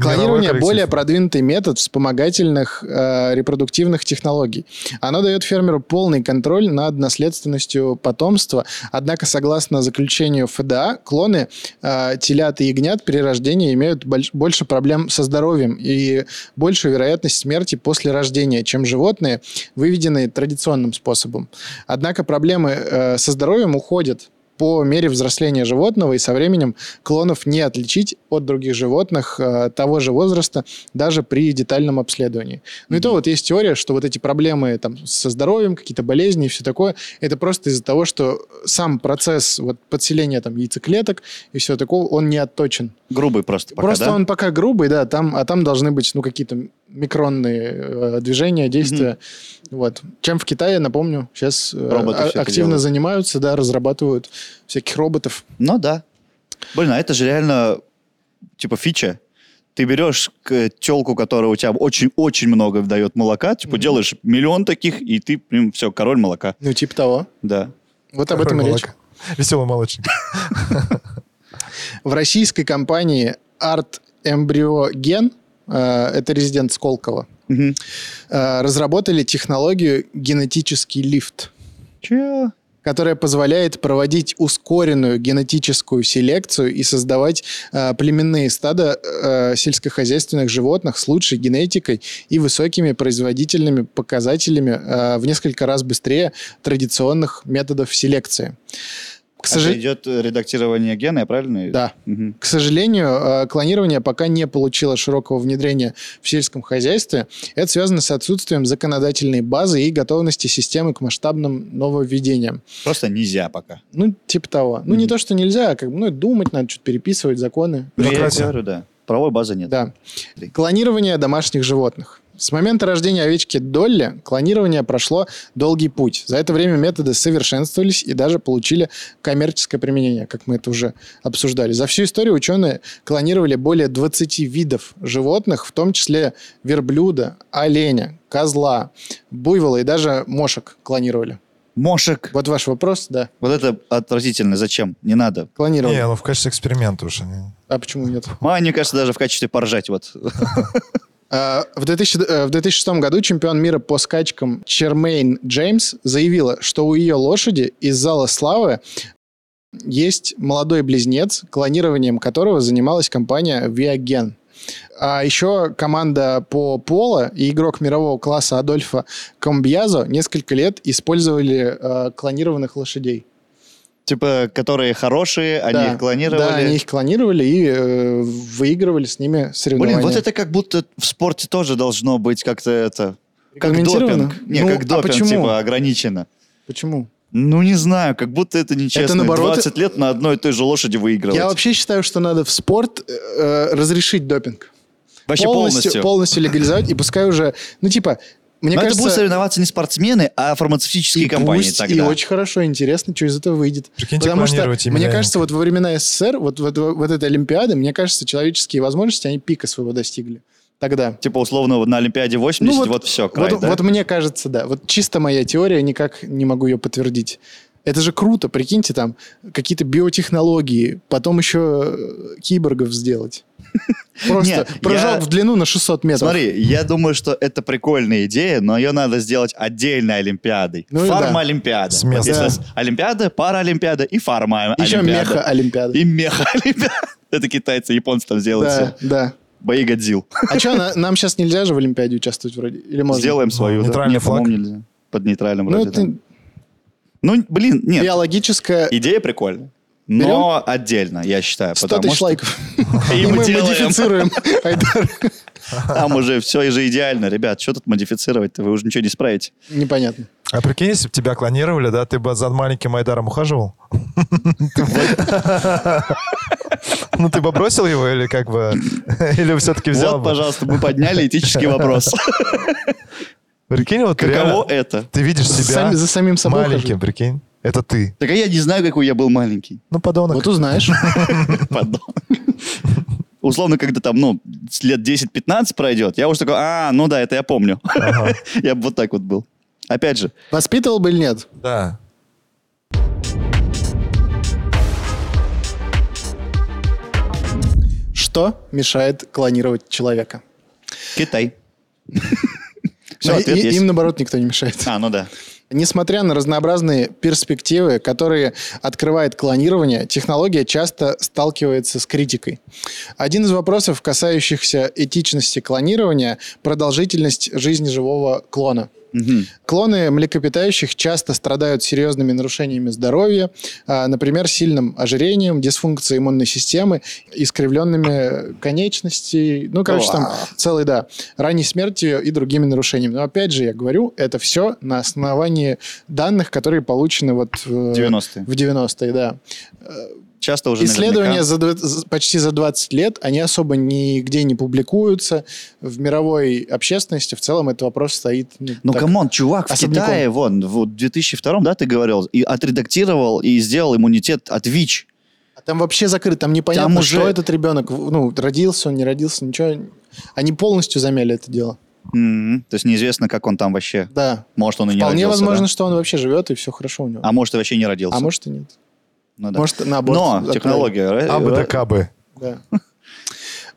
[SPEAKER 2] клонирование
[SPEAKER 3] коллектив.
[SPEAKER 2] более продвинутый метод вспомогательных э, репродуктивных технологий. Оно дает фермеру полный контроль над наследственностью потомства. Однако, согласно заключению ФДА, клоны э, телят и ягнят при рождении имеют больш- больше проблем со здоровьем и большую вероятность смерти после рождения, чем животные, выведенные традиционным способом. Однако проблемы э, со здоровьем уходят по мере взросления животного, и со временем клонов не отличить от других животных э, того же возраста даже при детальном обследовании. Ну и то вот есть теория, что вот эти проблемы там, со здоровьем, какие-то болезни и все такое, это просто из-за того, что сам процесс вот, подселения там, яйцеклеток и все такое, он не отточен.
[SPEAKER 1] Грубый просто пока,
[SPEAKER 2] Просто
[SPEAKER 1] да?
[SPEAKER 2] он пока грубый, да, там, а там должны быть ну, какие-то микронные э, движения, действия. Вот. Чем в Китае, напомню, сейчас
[SPEAKER 1] Роботы всё это
[SPEAKER 2] активно
[SPEAKER 1] делают.
[SPEAKER 2] занимаются, да, разрабатывают всяких роботов.
[SPEAKER 1] Ну да. Блин, а это же реально типа фича. Ты берешь телку, которая у тебя очень-очень много дает молока, типа делаешь миллион таких, и ты прям все, король молока.
[SPEAKER 2] Ну, типа того.
[SPEAKER 1] Да.
[SPEAKER 2] Вот об этом и речь.
[SPEAKER 3] Веселый молочник.
[SPEAKER 2] В российской компании Art Embryogen, э, это резидент Сколково,
[SPEAKER 1] Мгм.
[SPEAKER 2] э, разработали технологию генетический лифт,
[SPEAKER 1] Че?
[SPEAKER 2] которая позволяет проводить ускоренную генетическую селекцию и создавать э, племенные стада э, сельскохозяйственных животных с лучшей генетикой и высокими производительными показателями э, в несколько раз быстрее традиционных методов селекции. К сожалению,
[SPEAKER 1] Это идет э, редактирование гена, я правильно?
[SPEAKER 2] Да.
[SPEAKER 1] Мгм.
[SPEAKER 2] К сожалению, э, клонирование пока не получило широкого внедрения в сельском хозяйстве. Это связано с отсутствием законодательной базы и готовности системы к масштабным нововведениям.
[SPEAKER 1] Просто нельзя пока.
[SPEAKER 2] Ну, типа того. Ну, не
[SPEAKER 1] Мгм.
[SPEAKER 2] то, что нельзя, а как бы, ну, думать надо, что-то переписывать, законы.
[SPEAKER 1] Ну, я и
[SPEAKER 3] Бюрократия.
[SPEAKER 1] говорю, да. Правовой базы нет.
[SPEAKER 2] Да. Клонирование домашних животных. С момента рождения овечки Долли клонирование прошло долгий путь. За это время методы совершенствовались и даже получили коммерческое применение, как мы это уже обсуждали. За всю историю ученые клонировали более 20 видов животных, в том числе верблюда, оленя, козла, буйвола и даже мошек клонировали.
[SPEAKER 1] Мошек.
[SPEAKER 2] Вот ваш вопрос, да,
[SPEAKER 1] Вот это отвратительно. Зачем? Не надо.
[SPEAKER 2] клонировали.
[SPEAKER 3] Не, ну в качестве эксперимента уж они.
[SPEAKER 2] А почему нет?
[SPEAKER 1] А, мне кажется, даже в качестве поржать. Вот.
[SPEAKER 2] А, В, 2000 э, в 2006 году чемпион мира по скачкам Чермейн Джеймс заявила, что у ее лошади из зала славы есть молодой близнец, клонированием которого занималась компания Viagen. А еще команда по поло и игрок мирового класса Адольфа Комбьязо несколько лет использовали э, клонированных лошадей.
[SPEAKER 1] типа, которые хорошие, они
[SPEAKER 2] Да.
[SPEAKER 1] их клонировали.
[SPEAKER 2] Да, они их клонировали и э, выигрывали с ними соревнования.
[SPEAKER 1] Блин, вот это как будто в спорте тоже должно быть как-то это... Как
[SPEAKER 2] Регламентировано?
[SPEAKER 1] допинг. Не,
[SPEAKER 2] Ну,
[SPEAKER 1] как
[SPEAKER 2] а
[SPEAKER 1] допинг,
[SPEAKER 2] почему?
[SPEAKER 1] типа, ограничено.
[SPEAKER 2] Почему?
[SPEAKER 1] Ну, не знаю, как будто это нечестно.
[SPEAKER 2] Это, наоборот,
[SPEAKER 1] 20 лет на одной и той же лошади выигрывать.
[SPEAKER 2] Я вообще считаю, что надо в спорт э, э, разрешить допинг.
[SPEAKER 1] Вообще полностью.
[SPEAKER 2] полностью легализовать и пускай уже, ну типа, мне
[SPEAKER 1] Но это
[SPEAKER 2] кажется,
[SPEAKER 1] будут соревноваться не спортсмены, а фармацевтические
[SPEAKER 2] и
[SPEAKER 1] компании
[SPEAKER 2] пусть,
[SPEAKER 1] тогда.
[SPEAKER 2] и очень хорошо, интересно, что из этого выйдет.
[SPEAKER 3] Прикиньте,
[SPEAKER 2] Потому что,
[SPEAKER 3] клонировать
[SPEAKER 2] мне
[SPEAKER 3] Емельяненко.
[SPEAKER 2] кажется, вот во времена СССР, вот, вот, вот этой Олимпиады, мне кажется, человеческие возможности, они пика своего достигли тогда.
[SPEAKER 1] Типа, условно, на Олимпиаде 80, вот, все, край,
[SPEAKER 2] Ну, вот,
[SPEAKER 1] да?
[SPEAKER 2] вот мне кажется, да. Вот чисто моя теория, никак не могу ее подтвердить. Это же круто, прикиньте, там какие-то биотехнологии, потом еще э, киборгов сделать. Просто
[SPEAKER 1] Нет, я-
[SPEAKER 2] прыжок в длину на 600 метров.
[SPEAKER 1] Смотри, я думаю, что это прикольная идея, но ее надо сделать отдельной Олимпиадой.
[SPEAKER 2] Ну и да.
[SPEAKER 1] Фарма-олимпиада.
[SPEAKER 3] С места.
[SPEAKER 1] если
[SPEAKER 2] Да.
[SPEAKER 1] с- Олимпиада, пара-олимпиада и фарма-олимпиада.
[SPEAKER 2] Еще меха-олимпиада.
[SPEAKER 1] И меха-олимпиада. Это китайцы, японцы там сделают
[SPEAKER 2] Да,
[SPEAKER 1] все.
[SPEAKER 2] да.
[SPEAKER 1] Бои Годзилл.
[SPEAKER 2] А что, нам сейчас нельзя же в Олимпиаде участвовать вроде? Или можно?
[SPEAKER 1] Сделаем свою. да.
[SPEAKER 3] нейтральный
[SPEAKER 1] Не, по-моему,
[SPEAKER 3] флаг.
[SPEAKER 1] нельзя. Под нейтральным
[SPEAKER 2] Ну,
[SPEAKER 1] вроде
[SPEAKER 2] это
[SPEAKER 1] там. Ну, блин, нет.
[SPEAKER 2] биологическая...
[SPEAKER 1] Идея прикольная. Но отдельно, я считаю.
[SPEAKER 2] 100
[SPEAKER 1] потому
[SPEAKER 2] тысяч
[SPEAKER 1] что-
[SPEAKER 2] лайков.
[SPEAKER 1] И
[SPEAKER 2] И мы
[SPEAKER 1] мы делаем.
[SPEAKER 2] модифицируем. Айдар.
[SPEAKER 1] Там уже все же идеально. Ребят, что тут модифицировать-то? Вы уже ничего не справите.
[SPEAKER 2] Непонятно.
[SPEAKER 3] А прикинь, если бы тебя клонировали, да, ты бы за маленьким Айдаром ухаживал? Ты бы- Ну, ты бы бросил его или как бы... Или все-таки взял
[SPEAKER 1] вот,
[SPEAKER 3] бы?
[SPEAKER 1] пожалуйста, мы подняли этический вопрос.
[SPEAKER 3] Прикинь, вот
[SPEAKER 1] Каково
[SPEAKER 3] реально,
[SPEAKER 1] это?
[SPEAKER 3] Ты видишь
[SPEAKER 2] За
[SPEAKER 3] себя
[SPEAKER 2] сами- за самим собой
[SPEAKER 3] маленьким,
[SPEAKER 2] ухаживать.
[SPEAKER 3] прикинь. Это ты.
[SPEAKER 1] Так а я не знаю, какой я был маленький.
[SPEAKER 3] Ну, подонок.
[SPEAKER 2] Вот узнаешь.
[SPEAKER 1] Подон. Условно, когда там, ну, с лет 10-15 пройдет, я уже такой, а, ну да, это я помню.
[SPEAKER 3] Ага.
[SPEAKER 1] Я бы вот так вот был. Опять же,
[SPEAKER 2] Воспитывал бы или нет?
[SPEAKER 3] Да.
[SPEAKER 2] Что мешает клонировать человека?
[SPEAKER 1] Китай. Все,
[SPEAKER 2] Но
[SPEAKER 1] ответ
[SPEAKER 2] Ну, и- и-
[SPEAKER 1] есть.
[SPEAKER 2] Им, наоборот, никто не мешает.
[SPEAKER 1] А, ну да.
[SPEAKER 2] Несмотря на разнообразные перспективы, которые открывает клонирование, технология часто сталкивается с критикой. Один из вопросов, касающихся этичности клонирования – продолжительность жизни живого клона.
[SPEAKER 1] Мгм.
[SPEAKER 2] Клоны млекопитающих часто страдают серьезными нарушениями здоровья, а, например, сильным ожирением, дисфункцией иммунной системы, искривленными конечностей, ну, короче, там целый, да, ранней смертью и другими нарушениями. Но опять же, я говорю, это все на основании данных, которые получены вот в
[SPEAKER 1] 90-е.
[SPEAKER 2] В 90-е, да.
[SPEAKER 1] Часто уже
[SPEAKER 2] Исследования
[SPEAKER 1] наверняка.
[SPEAKER 2] за дв- за- почти за 20 лет, они особо нигде не публикуются. В мировой общественности в целом этот вопрос стоит...
[SPEAKER 1] Ну,
[SPEAKER 2] так,
[SPEAKER 1] камон, чувак, в
[SPEAKER 2] особняком.
[SPEAKER 1] Китае, вон, в 2002, да, ты говорил, и отредактировал и сделал иммунитет от ВИЧ.
[SPEAKER 2] А Там вообще закрыто, там непонятно,
[SPEAKER 1] Там уже-
[SPEAKER 2] что этот ребенок, ну, родился он, не родился, ничего. Они полностью замяли это дело.
[SPEAKER 1] Мгм. То есть неизвестно, как он там вообще.
[SPEAKER 2] Да.
[SPEAKER 1] Может, он и не
[SPEAKER 2] Вполне
[SPEAKER 1] родился,
[SPEAKER 2] возможно,
[SPEAKER 1] да?
[SPEAKER 2] что он вообще живет, и все хорошо у него.
[SPEAKER 1] А может, и вообще не родился.
[SPEAKER 2] А может и нет.
[SPEAKER 1] Ну да.
[SPEAKER 2] Может, на аборт
[SPEAKER 1] Но
[SPEAKER 2] отправили.
[SPEAKER 1] технология... э,
[SPEAKER 3] А бы да
[SPEAKER 1] э,
[SPEAKER 3] ка бы.
[SPEAKER 2] Да.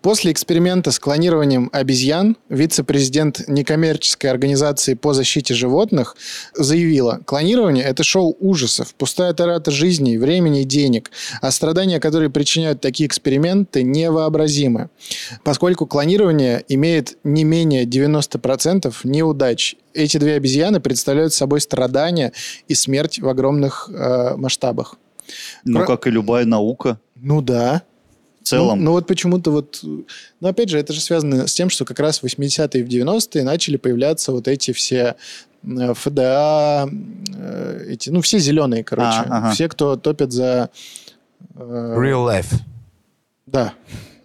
[SPEAKER 2] После эксперимента с клонированием обезьян вице-президент некоммерческой организации по защите животных заявила, клонирование – это шоу ужасов, пустая трата жизни, времени и денег, а страдания, которые причиняют такие эксперименты, невообразимы, поскольку клонирование имеет не менее 90% неудач. Эти две обезьяны представляют собой страдания и смерть в огромных э, масштабах.
[SPEAKER 1] Ну,
[SPEAKER 2] Про-
[SPEAKER 1] как и любая наука
[SPEAKER 2] Ну да,
[SPEAKER 1] в целом.
[SPEAKER 2] ну, ну вот почему-то вот... Ну, опять же, это же связано с тем, что как раз в 80-е и в 90-е начали появляться вот эти все э, ФДА, э, эти, ну, все зеленые, короче.
[SPEAKER 1] А, ага.
[SPEAKER 2] Все, кто топят за... э,
[SPEAKER 3] Real life.
[SPEAKER 2] Да.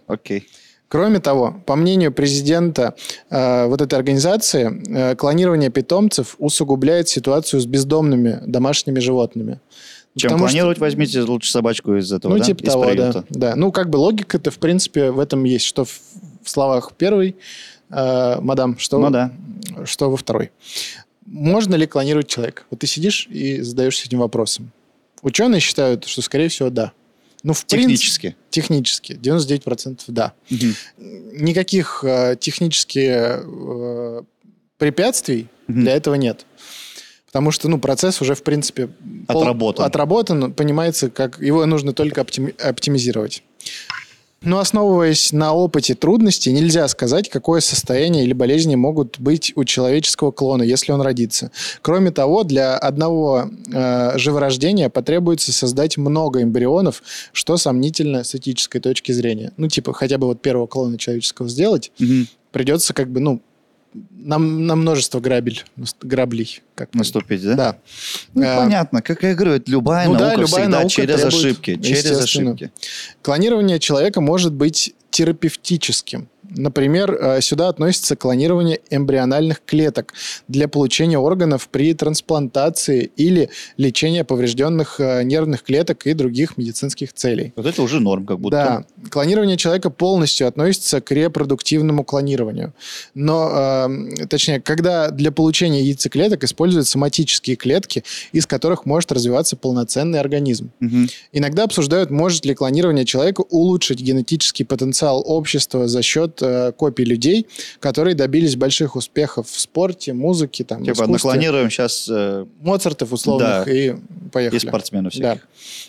[SPEAKER 1] Окей.
[SPEAKER 2] Кроме того, по мнению президента э, вот этой организации, э, клонирование питомцев усугубляет ситуацию с бездомными домашними животными.
[SPEAKER 1] Чем
[SPEAKER 2] Потому что-
[SPEAKER 1] планировать, возьмите лучше собачку из этого,
[SPEAKER 2] Ну,
[SPEAKER 1] да?
[SPEAKER 2] типа
[SPEAKER 1] из
[SPEAKER 2] того, да.
[SPEAKER 1] приюта.
[SPEAKER 2] да. Ну, как бы логика-то, в принципе, в этом есть, что в, в словах первый, э, мадам, что,
[SPEAKER 1] Ну да.
[SPEAKER 2] что во второй. Можно ли клонировать человека? Вот ты сидишь и задаешься этим вопросом. Ученые считают, что, скорее всего, да. Ну, в принципе-
[SPEAKER 1] Технически.
[SPEAKER 2] технически. 99% да.
[SPEAKER 1] Мгм.
[SPEAKER 2] Никаких э, технически э, препятствий
[SPEAKER 1] Мгм.
[SPEAKER 2] для этого нет. Потому что, ну, процесс уже, в принципе... пол-
[SPEAKER 1] Отработан.
[SPEAKER 2] отработан, понимается, как его нужно только оптим- оптимизировать. Но основываясь на опыте трудностей, нельзя сказать, какое состояние или болезни могут быть у человеческого клона, если он родится. Кроме того, для одного э, живорождения потребуется создать много эмбрионов, что сомнительно с этической точки зрения. Ну, типа, хотя бы вот первого клона человеческого сделать,
[SPEAKER 1] Мгм.
[SPEAKER 2] придется как бы, ну, на, на множество грабель, граблей. Как бы.
[SPEAKER 1] Наступить, да?
[SPEAKER 2] Да.
[SPEAKER 1] Ну,
[SPEAKER 2] Э,
[SPEAKER 1] понятно. Как я говорю, это любая
[SPEAKER 2] ну да,
[SPEAKER 1] наука
[SPEAKER 2] любая
[SPEAKER 1] всегда
[SPEAKER 2] наука
[SPEAKER 1] через
[SPEAKER 2] требует,
[SPEAKER 1] ошибки. Через
[SPEAKER 2] естественно.
[SPEAKER 1] ошибки.
[SPEAKER 2] Клонирование человека может быть терапевтическим. Например, э, сюда относится клонирование эмбриональных клеток для получения органов при трансплантации или лечения поврежденных э, нервных клеток и других медицинских целей.
[SPEAKER 1] Вот это уже норм, как будто.
[SPEAKER 2] Да, клонирование человека полностью относится к репродуктивному клонированию. Но, э, точнее, когда для получения яйцеклеток используют соматические клетки, из которых может развиваться полноценный организм.
[SPEAKER 1] Мгм.
[SPEAKER 2] Иногда обсуждают, может ли клонирование человека улучшить генетический потенциал общества за счет э, копий людей, которые добились больших успехов в спорте, музыке, там,
[SPEAKER 1] Типа,
[SPEAKER 2] Ну, искусстве.
[SPEAKER 1] наклонируем э, сейчас
[SPEAKER 2] Моцартов
[SPEAKER 1] Да.
[SPEAKER 2] условных и поехали.
[SPEAKER 1] и спортсменов всяких.
[SPEAKER 2] Да.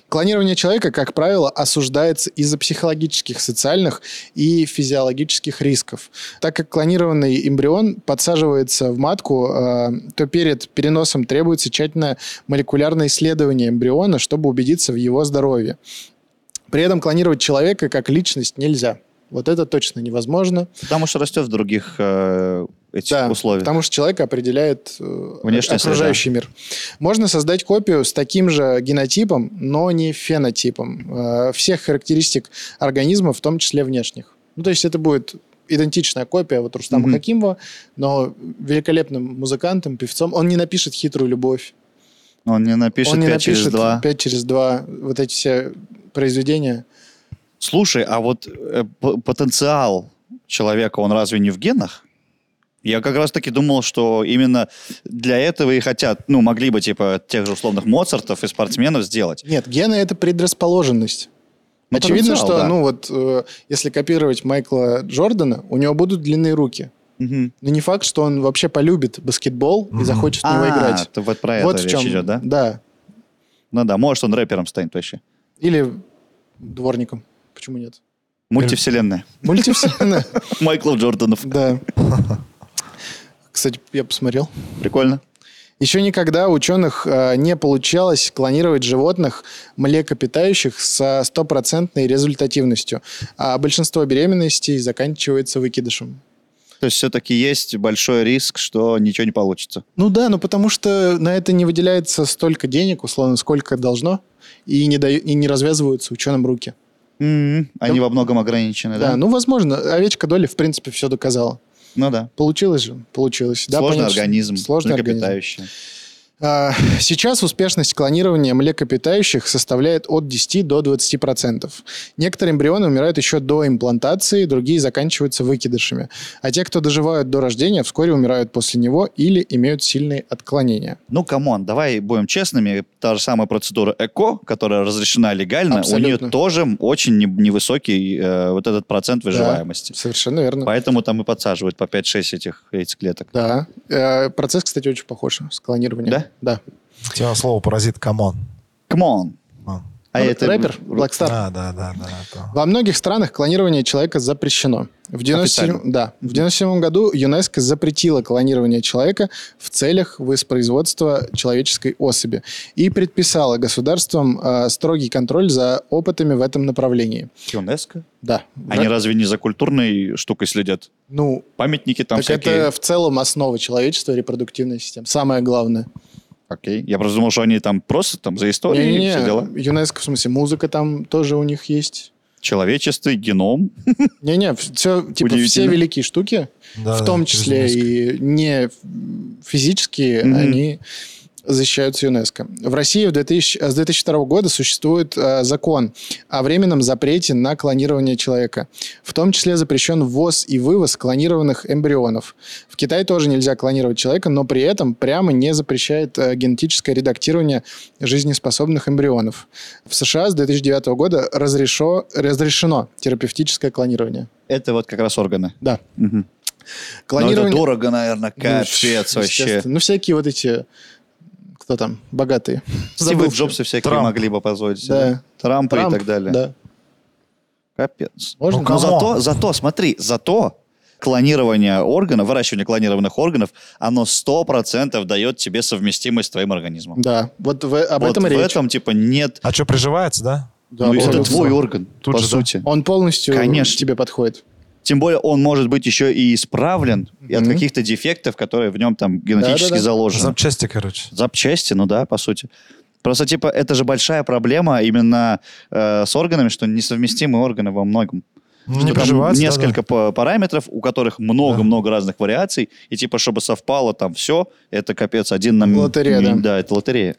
[SPEAKER 2] Клонирование человека, как правило, осуждается из-за психологических, социальных и физиологических рисков. Так как клонированный эмбрион подсаживается в матку, э, то перед переносом требуется тщательное молекулярное исследование эмбриона, чтобы убедиться в его здоровье. При этом клонировать человека как личность нельзя. Вот это точно невозможно.
[SPEAKER 1] Потому что растет в других э, этих
[SPEAKER 2] Да,
[SPEAKER 1] условиях.
[SPEAKER 2] Потому что человек определяет э,
[SPEAKER 1] Внешняя
[SPEAKER 2] окружающий мир. Можно создать копию с таким же генотипом, но не фенотипом. э, всех характеристик организма, в том числе внешних. Ну, то есть это будет идентичная копия вот Рустама
[SPEAKER 1] Мгм.
[SPEAKER 2] Хакимова, но великолепным музыкантом, певцом. Он не напишет «Хитрую любовь».
[SPEAKER 1] Он не напишет
[SPEAKER 2] он не
[SPEAKER 1] 5
[SPEAKER 2] напишет
[SPEAKER 1] через 2.
[SPEAKER 2] «Пять через два». Вот эти все произведения.
[SPEAKER 1] Слушай, а вот э, п- потенциал человека, он разве не в генах? Я как раз таки думал, что именно для этого и хотят, ну, могли бы, типа, тех же условных Моцартов и спортсменов сделать.
[SPEAKER 2] Нет, гены — это предрасположенность.
[SPEAKER 1] Ну,
[SPEAKER 2] Очевидно,
[SPEAKER 1] потенциал,
[SPEAKER 2] что,
[SPEAKER 1] да.
[SPEAKER 2] ну вот, э, если копировать Майкла Джордана, у него будут длинные руки.
[SPEAKER 1] Мгм.
[SPEAKER 2] Но Ну, не факт, что он вообще полюбит баскетбол и
[SPEAKER 3] Мгм.
[SPEAKER 2] захочет в
[SPEAKER 1] А,
[SPEAKER 2] него играть.
[SPEAKER 1] то вот про
[SPEAKER 2] вот
[SPEAKER 1] это
[SPEAKER 2] в
[SPEAKER 1] речь
[SPEAKER 2] чем.
[SPEAKER 1] идет, да?
[SPEAKER 2] Да.
[SPEAKER 1] Ну да, может, он рэпером станет вообще.
[SPEAKER 2] Или дворником. Почему нет?
[SPEAKER 1] Мультивселенная.
[SPEAKER 2] Мультивселенная.
[SPEAKER 1] Майкл Джорданов.
[SPEAKER 2] Да. Кстати, я посмотрел.
[SPEAKER 1] Прикольно.
[SPEAKER 2] Еще никогда у ученых э, не получалось клонировать животных млекопитающих со стопроцентной результативностью, а большинство беременностей заканчивается выкидышем.
[SPEAKER 1] То есть все-таки есть большой риск, что ничего не получится.
[SPEAKER 2] Ну да, ну потому что на это не выделяется столько денег, условно, сколько должно, и не, даю- и не развязываются ученым руки.
[SPEAKER 1] Мгм. М-м-м. Они
[SPEAKER 2] Ну,
[SPEAKER 1] во многом ограничены, да?
[SPEAKER 2] Да, ну возможно, овечка Доли в принципе все доказала.
[SPEAKER 1] Ну да.
[SPEAKER 2] Получилось же, получилось. Да,
[SPEAKER 1] Сложный
[SPEAKER 2] понятно, что-
[SPEAKER 1] организм,
[SPEAKER 2] Сложный организм.
[SPEAKER 1] млекопитающий.
[SPEAKER 2] А, Сейчас успешность клонирования млекопитающих составляет от 10 до 20%. Некоторые эмбрионы умирают еще до имплантации, другие заканчиваются выкидышами. А те, кто доживают до рождения, вскоре умирают после него или имеют сильные отклонения.
[SPEAKER 1] Ну, камон, давай будем честными. Та же самая процедура ЭКО, которая разрешена легально, у
[SPEAKER 2] Абсолютно.
[SPEAKER 1] нее тоже очень не- невысокий э, вот этот процент выживаемости.
[SPEAKER 2] Совершенно верно.
[SPEAKER 1] Поэтому там и подсаживают по 5-6 этих яйцеклеток.
[SPEAKER 2] Да. Э, Процесс, кстати, очень похож с клонированием.
[SPEAKER 1] Да?
[SPEAKER 2] Да.
[SPEAKER 3] Тебя слово паразит, камон.
[SPEAKER 1] Камон!
[SPEAKER 3] А.
[SPEAKER 1] А
[SPEAKER 2] Р-
[SPEAKER 1] это...
[SPEAKER 2] Ну, Рэпер, Blackstar.
[SPEAKER 3] Да, да, да, да. то.
[SPEAKER 2] Во многих странах клонирование человека запрещено. В 97,
[SPEAKER 1] Официально.
[SPEAKER 2] да, в 97 году ЮНЕСКО запретило клонирование человека в целях воспроизводства человеческой особи и предписало государствам э, строгий контроль за опытами в этом направлении.
[SPEAKER 1] ЮНЕСКО?
[SPEAKER 2] Да.
[SPEAKER 1] Они
[SPEAKER 2] Ра-
[SPEAKER 1] разве не за культурной штукой следят?
[SPEAKER 2] Ну,
[SPEAKER 1] Памятники там
[SPEAKER 2] так
[SPEAKER 1] всякие.
[SPEAKER 2] это в целом основа человечества, репродуктивная система. Самое главное.
[SPEAKER 1] Окей. Я просто думал, что они там просто там за историю и
[SPEAKER 2] Не-не-не,
[SPEAKER 1] все дела.
[SPEAKER 2] ЮНЕСКО, в смысле, музыка там тоже у них есть.
[SPEAKER 1] Человечество, геном.
[SPEAKER 2] Не-не, все, типа,
[SPEAKER 1] Удивительно.
[SPEAKER 2] все великие штуки,
[SPEAKER 3] Да,
[SPEAKER 2] в
[SPEAKER 3] да,
[SPEAKER 2] том
[SPEAKER 3] через
[SPEAKER 2] числе
[SPEAKER 3] несколько.
[SPEAKER 2] и не физические,
[SPEAKER 1] Мгм.
[SPEAKER 2] они защищаются ЮНЕСКО. В России в 2000, с 2002 года существует э, закон о временном запрете на клонирование человека. В том числе запрещен ввоз и вывоз клонированных эмбрионов. В Китае тоже нельзя клонировать человека, но при этом прямо не запрещает э, генетическое редактирование жизнеспособных эмбрионов. В США с 2009 года разрешо- разрешено терапевтическое клонирование.
[SPEAKER 1] Это вот как раз органы.
[SPEAKER 2] Да.
[SPEAKER 1] Мгм. Но это
[SPEAKER 2] Клонирование...
[SPEAKER 1] дорого, наверное,
[SPEAKER 2] Ну,
[SPEAKER 1] капец
[SPEAKER 2] естественно.
[SPEAKER 1] вообще.
[SPEAKER 2] Ну, всякие вот эти, кто там, богатые.
[SPEAKER 1] Стивы
[SPEAKER 2] Забыл.
[SPEAKER 1] Джобсы всякие
[SPEAKER 3] Трамп.
[SPEAKER 1] могли бы позволить себе.
[SPEAKER 2] Да.
[SPEAKER 1] Трампа
[SPEAKER 2] Трамп,
[SPEAKER 1] и так далее.
[SPEAKER 2] Да.
[SPEAKER 1] Капец.
[SPEAKER 2] Можно?
[SPEAKER 1] Ну,
[SPEAKER 3] камон.
[SPEAKER 1] зато, зато, смотри, зато клонирование органов, выращивание клонированных органов, оно 100% дает тебе совместимость с твоим организмом.
[SPEAKER 2] Да, вот в- об
[SPEAKER 1] Вот
[SPEAKER 2] этом
[SPEAKER 1] в
[SPEAKER 2] речь.
[SPEAKER 1] этом, типа, нет...
[SPEAKER 3] А что, приживается, да?
[SPEAKER 2] Да,
[SPEAKER 1] ну, это
[SPEAKER 2] абсолютно.
[SPEAKER 1] твой орган,
[SPEAKER 3] Тут
[SPEAKER 1] по
[SPEAKER 3] же, да.
[SPEAKER 1] сути.
[SPEAKER 2] Он полностью
[SPEAKER 1] Конечно.
[SPEAKER 2] тебе подходит.
[SPEAKER 1] Тем более он может быть еще и исправлен и от
[SPEAKER 2] Мгм.
[SPEAKER 1] каких-то дефектов, которые в нем там генетически
[SPEAKER 2] Да-да-да.
[SPEAKER 1] заложены.
[SPEAKER 3] Запчасти, короче.
[SPEAKER 1] Запчасти, ну да, по сути. Просто, типа, это же большая проблема именно э, с органами, что несовместимы органы во многом. Типа,
[SPEAKER 3] Ну, Не
[SPEAKER 1] Там
[SPEAKER 3] приживается, да-да.
[SPEAKER 1] несколько па- параметров, у которых много-много разных вариаций, и типа, чтобы совпало там все, это капец один на... м-
[SPEAKER 2] Лотерея, да.
[SPEAKER 1] м- Да, это лотерея.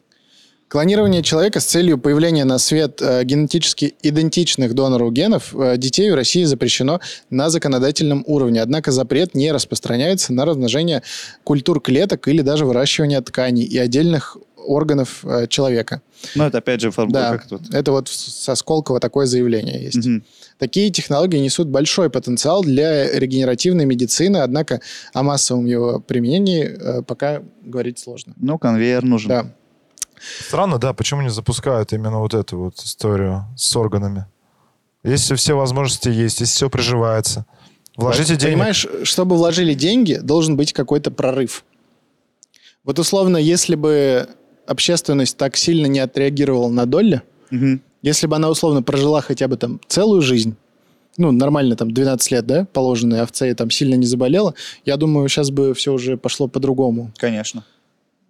[SPEAKER 2] Клонирование человека с целью появления на свет э, генетически идентичных донору генов э, детей в России запрещено на законодательном уровне. Однако запрет не распространяется на размножение культур клеток или даже выращивание тканей и отдельных органов э, человека.
[SPEAKER 1] Ну, это опять же формула
[SPEAKER 2] да,
[SPEAKER 1] как тут.
[SPEAKER 2] это вот с- со Сколково такое заявление есть.
[SPEAKER 1] Мгм.
[SPEAKER 2] Такие технологии несут большой потенциал для регенеративной медицины, однако о массовом его применении э, пока говорить сложно.
[SPEAKER 1] Ну, конвейер нужен.
[SPEAKER 2] Да.
[SPEAKER 3] Странно, да, почему не запускают именно вот эту вот историю с органами? Если все возможности есть, если все приживается, вложите деньги.
[SPEAKER 2] Понимаешь, чтобы вложили деньги, должен быть какой-то прорыв. Вот условно, если бы общественность так сильно не отреагировала на Долли,
[SPEAKER 1] Мгм.
[SPEAKER 2] если бы она условно прожила хотя бы там целую жизнь, ну, нормально, там, 12 лет, да, положенные овце, и там сильно не заболела, я думаю, сейчас бы все уже пошло по-другому.
[SPEAKER 1] Конечно.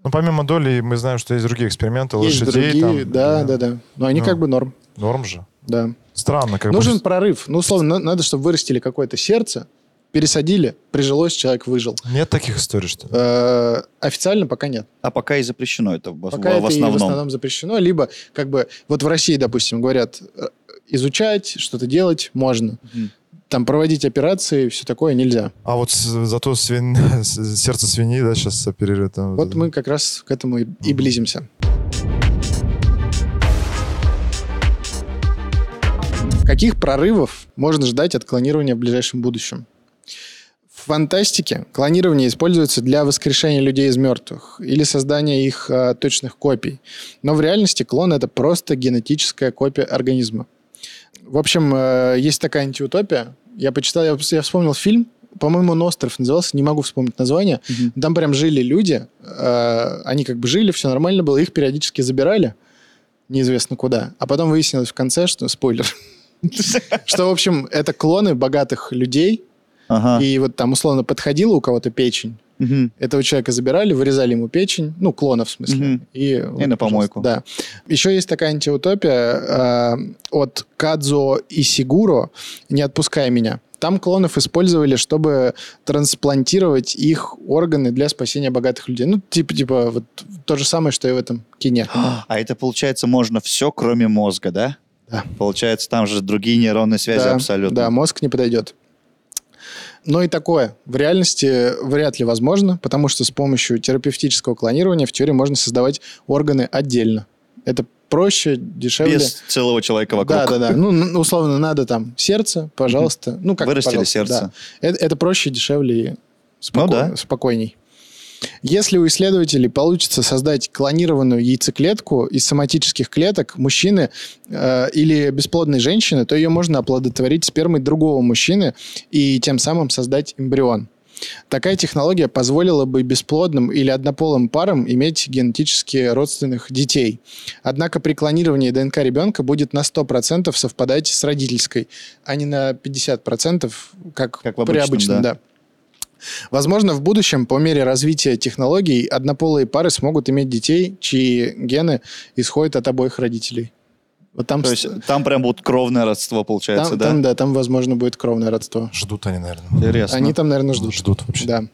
[SPEAKER 3] Ну, помимо доли, мы знаем, что есть другие эксперименты,
[SPEAKER 2] Есть
[SPEAKER 3] лошадей.
[SPEAKER 2] другие,
[SPEAKER 3] там,
[SPEAKER 2] да, да, да. Но они
[SPEAKER 3] Ну.
[SPEAKER 2] как бы норм,
[SPEAKER 3] Норм же.
[SPEAKER 2] да.
[SPEAKER 3] Странно, как
[SPEAKER 2] Нужен
[SPEAKER 3] бы.
[SPEAKER 2] прорыв. Ну, условно, на- надо, чтобы вырастили какое-то сердце, пересадили, прижилось, человек выжил.
[SPEAKER 3] Нет таких историй, что ли?
[SPEAKER 2] Э, официально пока нет.
[SPEAKER 1] А пока и запрещено это в,
[SPEAKER 2] Пока
[SPEAKER 1] в-
[SPEAKER 2] это
[SPEAKER 1] в
[SPEAKER 2] и
[SPEAKER 1] основном.
[SPEAKER 2] в основном запрещено, либо как бы вот в России, допустим, говорят э, изучать, что-то делать можно,
[SPEAKER 1] Мгм.
[SPEAKER 2] там проводить операции, все такое нельзя.
[SPEAKER 3] А вот с- зато свин- с- сердце свиньи, да, сейчас оперирует. там
[SPEAKER 2] Вот
[SPEAKER 3] это.
[SPEAKER 2] мы как раз к этому и, и близимся. Каких прорывов можно ждать от клонирования в ближайшем будущем? В фантастике клонирование используется для воскрешения людей из мертвых или создания их э, точных копий. Но в реальности клон — это просто генетическая копия организма. В общем, э, есть такая антиутопия. Я почитал, я, я вспомнил фильм, по-моему, он «Остров» назывался, не могу вспомнить название.
[SPEAKER 1] Мгм.
[SPEAKER 2] Там прям жили люди, э, они как бы жили, все нормально было, их периодически забирали, неизвестно куда. А потом выяснилось в конце, что спойлер, что, в общем, это клоны богатых людей,
[SPEAKER 1] Ага.
[SPEAKER 2] и вот там условно подходила у кого-то печень,
[SPEAKER 1] Мгм.
[SPEAKER 2] этого человека забирали, вырезали ему печень, ну, клонов в смысле.
[SPEAKER 1] Мгм.
[SPEAKER 2] И, вот,
[SPEAKER 1] на помойку.
[SPEAKER 2] пожалуйста, Да. Еще есть такая антиутопия э, от Кадзо и Сигуро «Не отпускай меня». Там клонов использовали, чтобы трансплантировать их органы для спасения богатых людей. Ну, типа, типа вот то же самое, что и в этом кине.
[SPEAKER 1] А это, получается, можно все, кроме мозга, да?
[SPEAKER 2] Да.
[SPEAKER 1] Получается, там же другие нейронные связи
[SPEAKER 2] да,
[SPEAKER 1] абсолютно.
[SPEAKER 2] Да, мозг не подойдет. Но и такое в реальности вряд ли возможно, потому что с помощью терапевтического клонирования в теории можно создавать органы отдельно. Это проще, дешевле.
[SPEAKER 1] Без целого человека вокруг.
[SPEAKER 2] Да, да, да. Ну, н- условно, надо там сердце, пожалуйста. Ну, как
[SPEAKER 1] Вырастили
[SPEAKER 2] пожалуйста,
[SPEAKER 1] сердце.
[SPEAKER 2] да. Э, Это, это проще, дешевле и
[SPEAKER 1] Ну
[SPEAKER 2] споко-
[SPEAKER 1] да.
[SPEAKER 2] спокойней. Если у исследователей получится создать клонированную яйцеклетку из соматических клеток мужчины э, или бесплодной женщины, то ее можно оплодотворить спермой другого мужчины и тем самым создать эмбрион. Такая технология позволила бы бесплодным или однополым парам иметь генетически родственных детей. Однако при клонировании ДНК ребенка будет на 100% совпадать с родительской, а не на 50%, как,
[SPEAKER 1] Как в
[SPEAKER 2] при
[SPEAKER 1] обычном,
[SPEAKER 2] обычном.
[SPEAKER 1] да.
[SPEAKER 2] Да. Возможно, в будущем, по мере развития технологий, однополые пары смогут иметь детей, чьи гены исходят от обоих родителей. Вот там,
[SPEAKER 1] То
[SPEAKER 2] с-
[SPEAKER 1] есть там прям вот кровное родство,
[SPEAKER 2] там,
[SPEAKER 1] получается,
[SPEAKER 2] там,
[SPEAKER 1] да?
[SPEAKER 2] да? там, возможно, будет кровное родство.
[SPEAKER 3] Ждут они, наверное.
[SPEAKER 1] Интересно.
[SPEAKER 2] Они там, наверное, ждут.
[SPEAKER 3] Ждут вообще.
[SPEAKER 2] Да.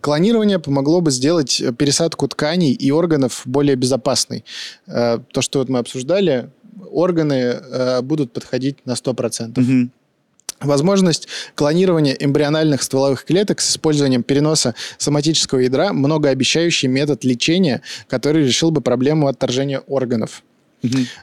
[SPEAKER 2] Клонирование помогло бы сделать э, пересадку тканей и органов более безопасной. Э, То, что вот мы обсуждали, органы э, будут подходить на 100%.
[SPEAKER 1] Мгм.
[SPEAKER 2] Возможность клонирования эмбриональных стволовых клеток с использованием переноса соматического ядра – многообещающий метод лечения, который решил бы проблему отторжения органов.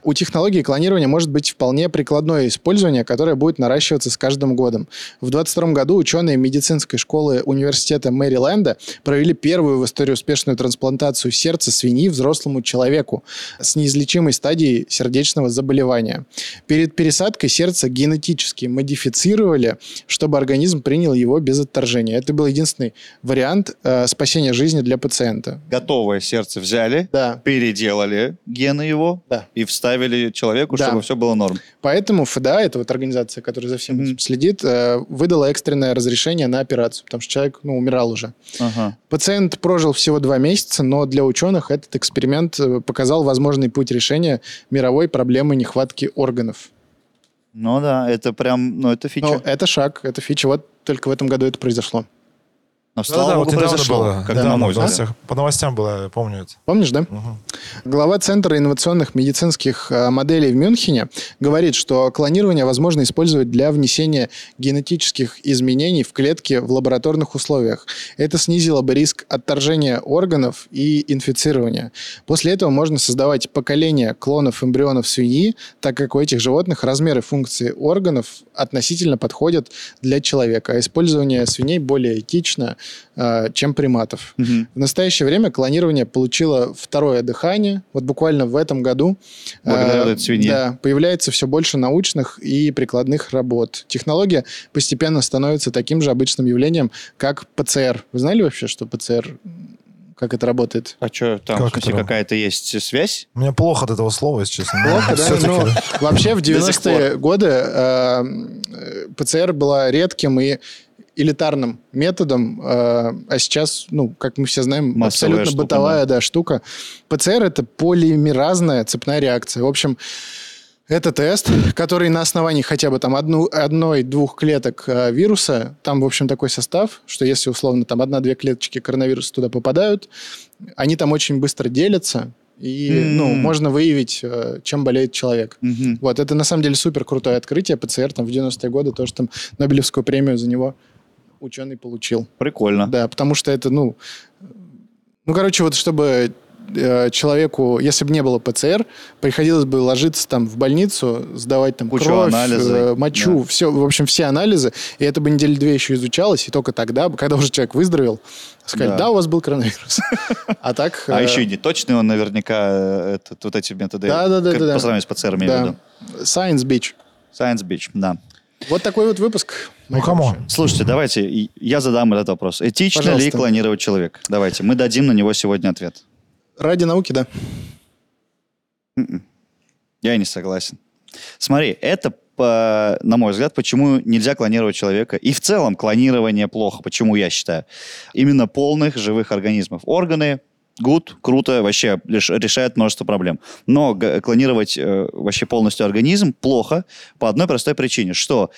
[SPEAKER 2] У технологии клонирования может быть вполне прикладное использование, которое будет наращиваться с каждым годом. В 2022 году ученые медицинской школы университета Мэриленда провели первую в истории успешную трансплантацию сердца свиньи взрослому человеку с неизлечимой стадией сердечного заболевания. Перед пересадкой сердце генетически модифицировали, чтобы организм принял его без отторжения. Это был единственный вариант э, спасения жизни для пациента.
[SPEAKER 1] Готовое сердце взяли,
[SPEAKER 2] Да.
[SPEAKER 1] переделали гены его
[SPEAKER 2] Да.
[SPEAKER 1] и вставили человеку,
[SPEAKER 2] Да.
[SPEAKER 1] чтобы все было норм.
[SPEAKER 2] Поэтому ФДА, это вот организация, которая за всем
[SPEAKER 1] Мгм.
[SPEAKER 2] этим следит, э, выдала экстренное разрешение на операцию, потому что человек ну, умирал уже.
[SPEAKER 1] Ага.
[SPEAKER 2] Пациент прожил всего два месяца, но для ученых этот эксперимент э, показал возможный путь решения мировой проблемы нехватки органов.
[SPEAKER 1] Ну да, это прям, ну это фича.
[SPEAKER 2] Ну, это шаг, это фича. Вот только в этом году это произошло.
[SPEAKER 1] Но
[SPEAKER 3] Да,
[SPEAKER 1] слава
[SPEAKER 3] да,
[SPEAKER 1] богу,
[SPEAKER 3] вот недавно
[SPEAKER 1] произошло,
[SPEAKER 3] было.
[SPEAKER 1] когда
[SPEAKER 3] Да,
[SPEAKER 1] на мой
[SPEAKER 3] в
[SPEAKER 1] взгляд.
[SPEAKER 3] новостях- По новостям было, я помню это.
[SPEAKER 2] Помнишь, да?
[SPEAKER 3] Мгм.
[SPEAKER 2] Глава Центра инновационных медицинских э, моделей в Мюнхене говорит, что клонирование возможно использовать для внесения генетических изменений в клетки в лабораторных условиях. Это снизило бы риск отторжения органов и инфицирования. После этого можно создавать поколение клонов эмбрионов свиньи, так как у этих животных размеры функции органов относительно подходят для человека. А Использование свиней более этично, э, чем приматов.
[SPEAKER 1] Мгм.
[SPEAKER 2] В настоящее время клонирование получило второе дыхание. Вот буквально в этом году э,
[SPEAKER 1] Благодаря вот этой свинье.
[SPEAKER 2] да, появляется все больше научных и прикладных работ. Технология постепенно становится таким же обычным явлением, как ПЦР. Вы знали вообще, что ПЦР, м, как это работает?
[SPEAKER 1] А что, там
[SPEAKER 3] Как
[SPEAKER 1] в смысле,
[SPEAKER 3] это?
[SPEAKER 1] какая-то есть связь?
[SPEAKER 3] Мне плохо от этого слова, если честно.
[SPEAKER 2] Плохо, да?
[SPEAKER 3] Всё-таки,
[SPEAKER 2] Ну,
[SPEAKER 3] да.
[SPEAKER 2] вообще в
[SPEAKER 1] До сих
[SPEAKER 2] 90-е годы э, э, ПЦР была редким и элитарным методом, э, а сейчас, ну, как мы все знаем,
[SPEAKER 1] Массовая
[SPEAKER 2] абсолютно
[SPEAKER 1] штука,
[SPEAKER 2] бытовая да, штука. ПЦР — это полимеразная цепная реакция. В общем, это тест, который на основании хотя бы там одну, одной-двух клеток э, вируса, там, в общем, такой состав, что если, условно, там одна-две клеточки коронавируса туда попадают, они там очень быстро делятся, и,
[SPEAKER 1] М.
[SPEAKER 2] ну, можно выявить, э, чем болеет человек.
[SPEAKER 1] Мгм.
[SPEAKER 2] Вот, это на самом деле супер крутое открытие. ПЦР там в 90-е годы тоже там Нобелевскую премию за него ученый получил.
[SPEAKER 1] Прикольно.
[SPEAKER 2] Да, потому что это, ну... Ну, короче, вот чтобы э, человеку, если бы не было ПЦР, приходилось бы ложиться там в больницу, сдавать там
[SPEAKER 1] Кучу
[SPEAKER 2] кровь,
[SPEAKER 1] анализов,
[SPEAKER 2] э, мочу,
[SPEAKER 1] да.
[SPEAKER 2] все, в общем, все анализы. И это бы недели две еще изучалось, и только тогда, бы, когда уже человек выздоровел, сказать,
[SPEAKER 1] Да.
[SPEAKER 2] да, у вас был коронавирус. А так...
[SPEAKER 1] А
[SPEAKER 2] э,
[SPEAKER 1] еще и не точный он наверняка, э, этот, вот эти методы.
[SPEAKER 2] Да-да-да-да-да.
[SPEAKER 1] как По сравнению с ПЦР, имею в
[SPEAKER 2] Да.
[SPEAKER 1] виду.
[SPEAKER 2] Science Beach.
[SPEAKER 1] Science Beach, да.
[SPEAKER 2] Вот такой вот выпуск.
[SPEAKER 3] Ну, камон.
[SPEAKER 1] Слушайте, давайте, и- я задам этот вопрос. Этично ли
[SPEAKER 2] Пожалуйста.
[SPEAKER 1] клонировать человека? Давайте, мы дадим на него сегодня ответ.
[SPEAKER 2] Ради науки, да.
[SPEAKER 1] Я не согласен. Смотри, это, по- на мой взгляд, почему нельзя клонировать человека. И в целом клонирование плохо, почему я считаю. Именно полных живых организмов. Органы, гуд, круто, вообще лиш- решает множество проблем. Но г- клонировать э, вообще полностью организм плохо по одной простой причине, что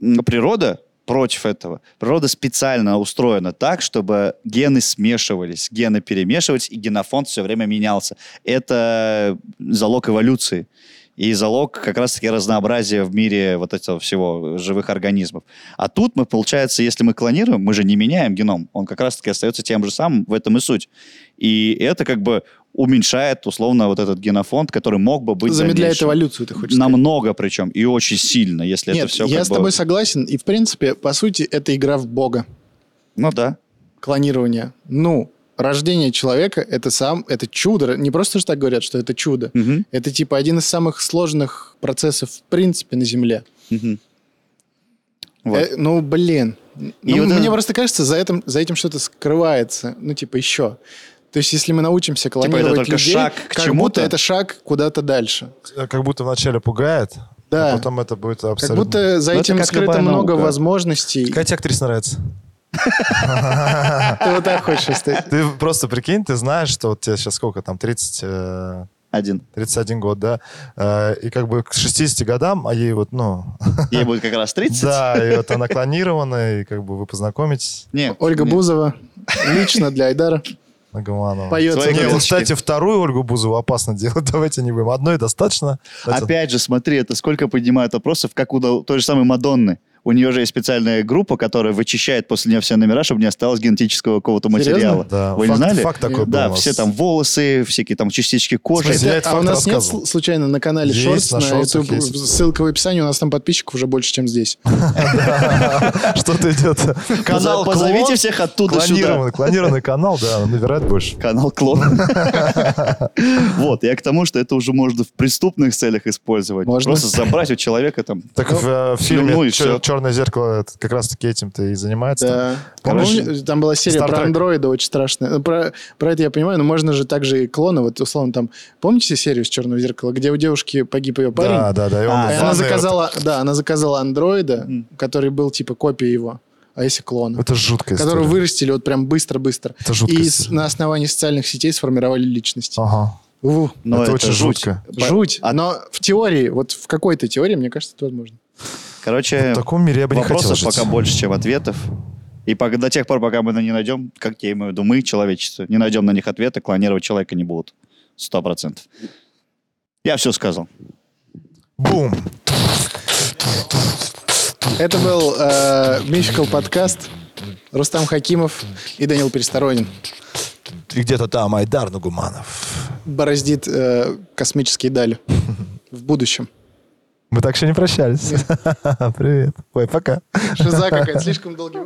[SPEAKER 1] м, природа против этого. Природа специально устроена так, чтобы гены смешивались, гены перемешивались, и генофонд все время менялся. Это залог эволюции. И залог как раз-таки разнообразия в мире вот этого всего э, живых организмов. А тут мы, получается, если мы клонируем, мы же не меняем геном. Он как раз-таки остается тем же самым, в этом и суть. И это как бы уменьшает, условно, вот этот генофонд, который мог бы быть
[SPEAKER 2] Замедляет
[SPEAKER 1] дальнейшим.
[SPEAKER 2] эволюцию, ты хочешь сказать.
[SPEAKER 1] Намного причем, и очень сильно, если
[SPEAKER 2] Нет,
[SPEAKER 1] это все
[SPEAKER 2] я
[SPEAKER 1] как
[SPEAKER 2] с
[SPEAKER 1] бы-
[SPEAKER 2] тобой согласен. И, в принципе, по сути, это игра в бога.
[SPEAKER 1] Ну да.
[SPEAKER 2] Клонирование. Ну, рождение человека — это сам, это чудо. Не просто же так говорят, что это чудо.
[SPEAKER 1] Мгм.
[SPEAKER 2] Это, типа, один из самых сложных процессов, в принципе, на Земле.
[SPEAKER 1] Мгм. Вот.
[SPEAKER 2] Э, ну, блин. Ну,
[SPEAKER 1] вот
[SPEAKER 2] мне
[SPEAKER 1] это-
[SPEAKER 2] просто кажется, за этим, за этим что-то скрывается. Ну, типа, еще. То есть, если мы научимся клонировать
[SPEAKER 1] Типа, только
[SPEAKER 2] людей,
[SPEAKER 1] шаг к
[SPEAKER 2] как
[SPEAKER 1] чему-то?
[SPEAKER 2] будто это шаг куда-то дальше.
[SPEAKER 3] Э, Как будто вначале пугает,
[SPEAKER 2] Да.
[SPEAKER 3] а потом это будет
[SPEAKER 2] Как
[SPEAKER 3] абсолютно...
[SPEAKER 2] будто за
[SPEAKER 1] Ну, это
[SPEAKER 2] этим
[SPEAKER 1] как
[SPEAKER 2] скрыто
[SPEAKER 1] любая
[SPEAKER 2] много
[SPEAKER 1] наука.
[SPEAKER 2] возможностей.
[SPEAKER 3] Какая тебе актриса нравится?
[SPEAKER 2] Ты вот так хочешь сказать.
[SPEAKER 3] Ты просто прикинь, ты знаешь, что вот тебе сейчас сколько там, 30... э,
[SPEAKER 1] Один.
[SPEAKER 3] 31 год, да, Э, и как бы к 60 годам, а ей вот, ну,
[SPEAKER 1] Ей будет как раз 30.
[SPEAKER 3] да, и вот она клонирована, и как бы вы познакомитесь
[SPEAKER 1] Нет,
[SPEAKER 2] Ольга
[SPEAKER 1] нет.
[SPEAKER 2] Бузова лично для Айдара
[SPEAKER 3] на Гуманова.
[SPEAKER 2] поет.
[SPEAKER 1] Свои
[SPEAKER 3] Не,
[SPEAKER 2] Нет,
[SPEAKER 1] глаза.
[SPEAKER 3] вот, кстати, вторую Ольгу Бузову опасно делать, давайте не будем. Одной достаточно. Это-
[SPEAKER 1] Опять же, смотри, это сколько поднимают опросов, как у до- той же самой Мадонны. У нее же есть специальная группа, которая вычищает после нее все номера, чтобы не осталось генетического какого-то
[SPEAKER 2] Серьезно?
[SPEAKER 1] материала.
[SPEAKER 3] Да,
[SPEAKER 1] Вы не
[SPEAKER 3] факт-
[SPEAKER 1] знали?
[SPEAKER 3] факт такой был у
[SPEAKER 1] да,
[SPEAKER 3] нас.
[SPEAKER 1] все там волосы, всякие там частички кожи.
[SPEAKER 3] Слушай,
[SPEAKER 1] Это-
[SPEAKER 3] я этот
[SPEAKER 2] а у
[SPEAKER 3] факт
[SPEAKER 2] нас нет
[SPEAKER 3] рассказывал.
[SPEAKER 2] сл- случайно на канале
[SPEAKER 3] Есть,
[SPEAKER 2] Шортс,
[SPEAKER 3] на
[SPEAKER 2] на
[SPEAKER 3] шортсах
[SPEAKER 2] YouTube,
[SPEAKER 3] есть.
[SPEAKER 2] ссылка в описании, у нас там подписчиков уже больше, чем здесь.
[SPEAKER 3] Что-то идет.
[SPEAKER 1] Позо- позовите всех оттуда сюда.
[SPEAKER 3] Клонированный, клонированный канал, да, набирает больше.
[SPEAKER 1] Канал клон. Вот, я к тому, что это уже можно в преступных целях использовать.
[SPEAKER 2] Можно.
[SPEAKER 1] Просто забрать у человека там.
[SPEAKER 3] Так в, э, в фильме
[SPEAKER 1] ну и всё.
[SPEAKER 3] «Черное зеркало» это как раз-таки этим-то и занимается.
[SPEAKER 2] Да.
[SPEAKER 3] Короче,
[SPEAKER 2] По-моему, там была серия
[SPEAKER 3] Star
[SPEAKER 2] про
[SPEAKER 3] Trek.
[SPEAKER 2] андроида очень страшная. Ну, Про, про это я понимаю, но можно же также и клоны. Вот, условно, там... Помните серию с «Черного зеркала», где у девушки погиб ее парень?
[SPEAKER 3] Да, да, да. И он
[SPEAKER 1] А,
[SPEAKER 3] в
[SPEAKER 2] И
[SPEAKER 1] и
[SPEAKER 2] она
[SPEAKER 3] ванной-
[SPEAKER 2] заказала, да, она заказала андроида,
[SPEAKER 1] М.
[SPEAKER 2] который был типа копией его, а если клона,
[SPEAKER 3] Это жуткая
[SPEAKER 2] которого
[SPEAKER 3] история.
[SPEAKER 2] вырастили вот прям быстро-быстро.
[SPEAKER 3] Это жуткая
[SPEAKER 2] И с-
[SPEAKER 3] история.
[SPEAKER 2] на основании социальных сетей сформировали личность.
[SPEAKER 3] Ага.
[SPEAKER 2] Ух,
[SPEAKER 1] Но
[SPEAKER 3] Ну, Это очень
[SPEAKER 1] жуть.
[SPEAKER 3] жутко.
[SPEAKER 1] По-
[SPEAKER 2] жуть. Но в теории, вот в какой-то теории, мне кажется, это возможно.
[SPEAKER 1] Короче,
[SPEAKER 3] В таком мире я бы не хотел
[SPEAKER 1] вопросов
[SPEAKER 3] жить.
[SPEAKER 1] пока больше, чем ответов. И пока- до тех пор, пока мы на- не найдем, как я имею в виду, мы, человечество, не найдем на них ответы, клонировать человека не будут. Сто процентов. Я все сказал.
[SPEAKER 3] Бум!
[SPEAKER 2] Это был Мификал подкаст. Рустам Хакимов и Данил Пересторонин
[SPEAKER 3] И где-то там Айдар Нугуманов.
[SPEAKER 2] бороздит э, космические дали в будущем.
[SPEAKER 3] Мы так еще не прощались. Привет. Ой, пока.
[SPEAKER 2] Шиза какая-то, слишком долгий.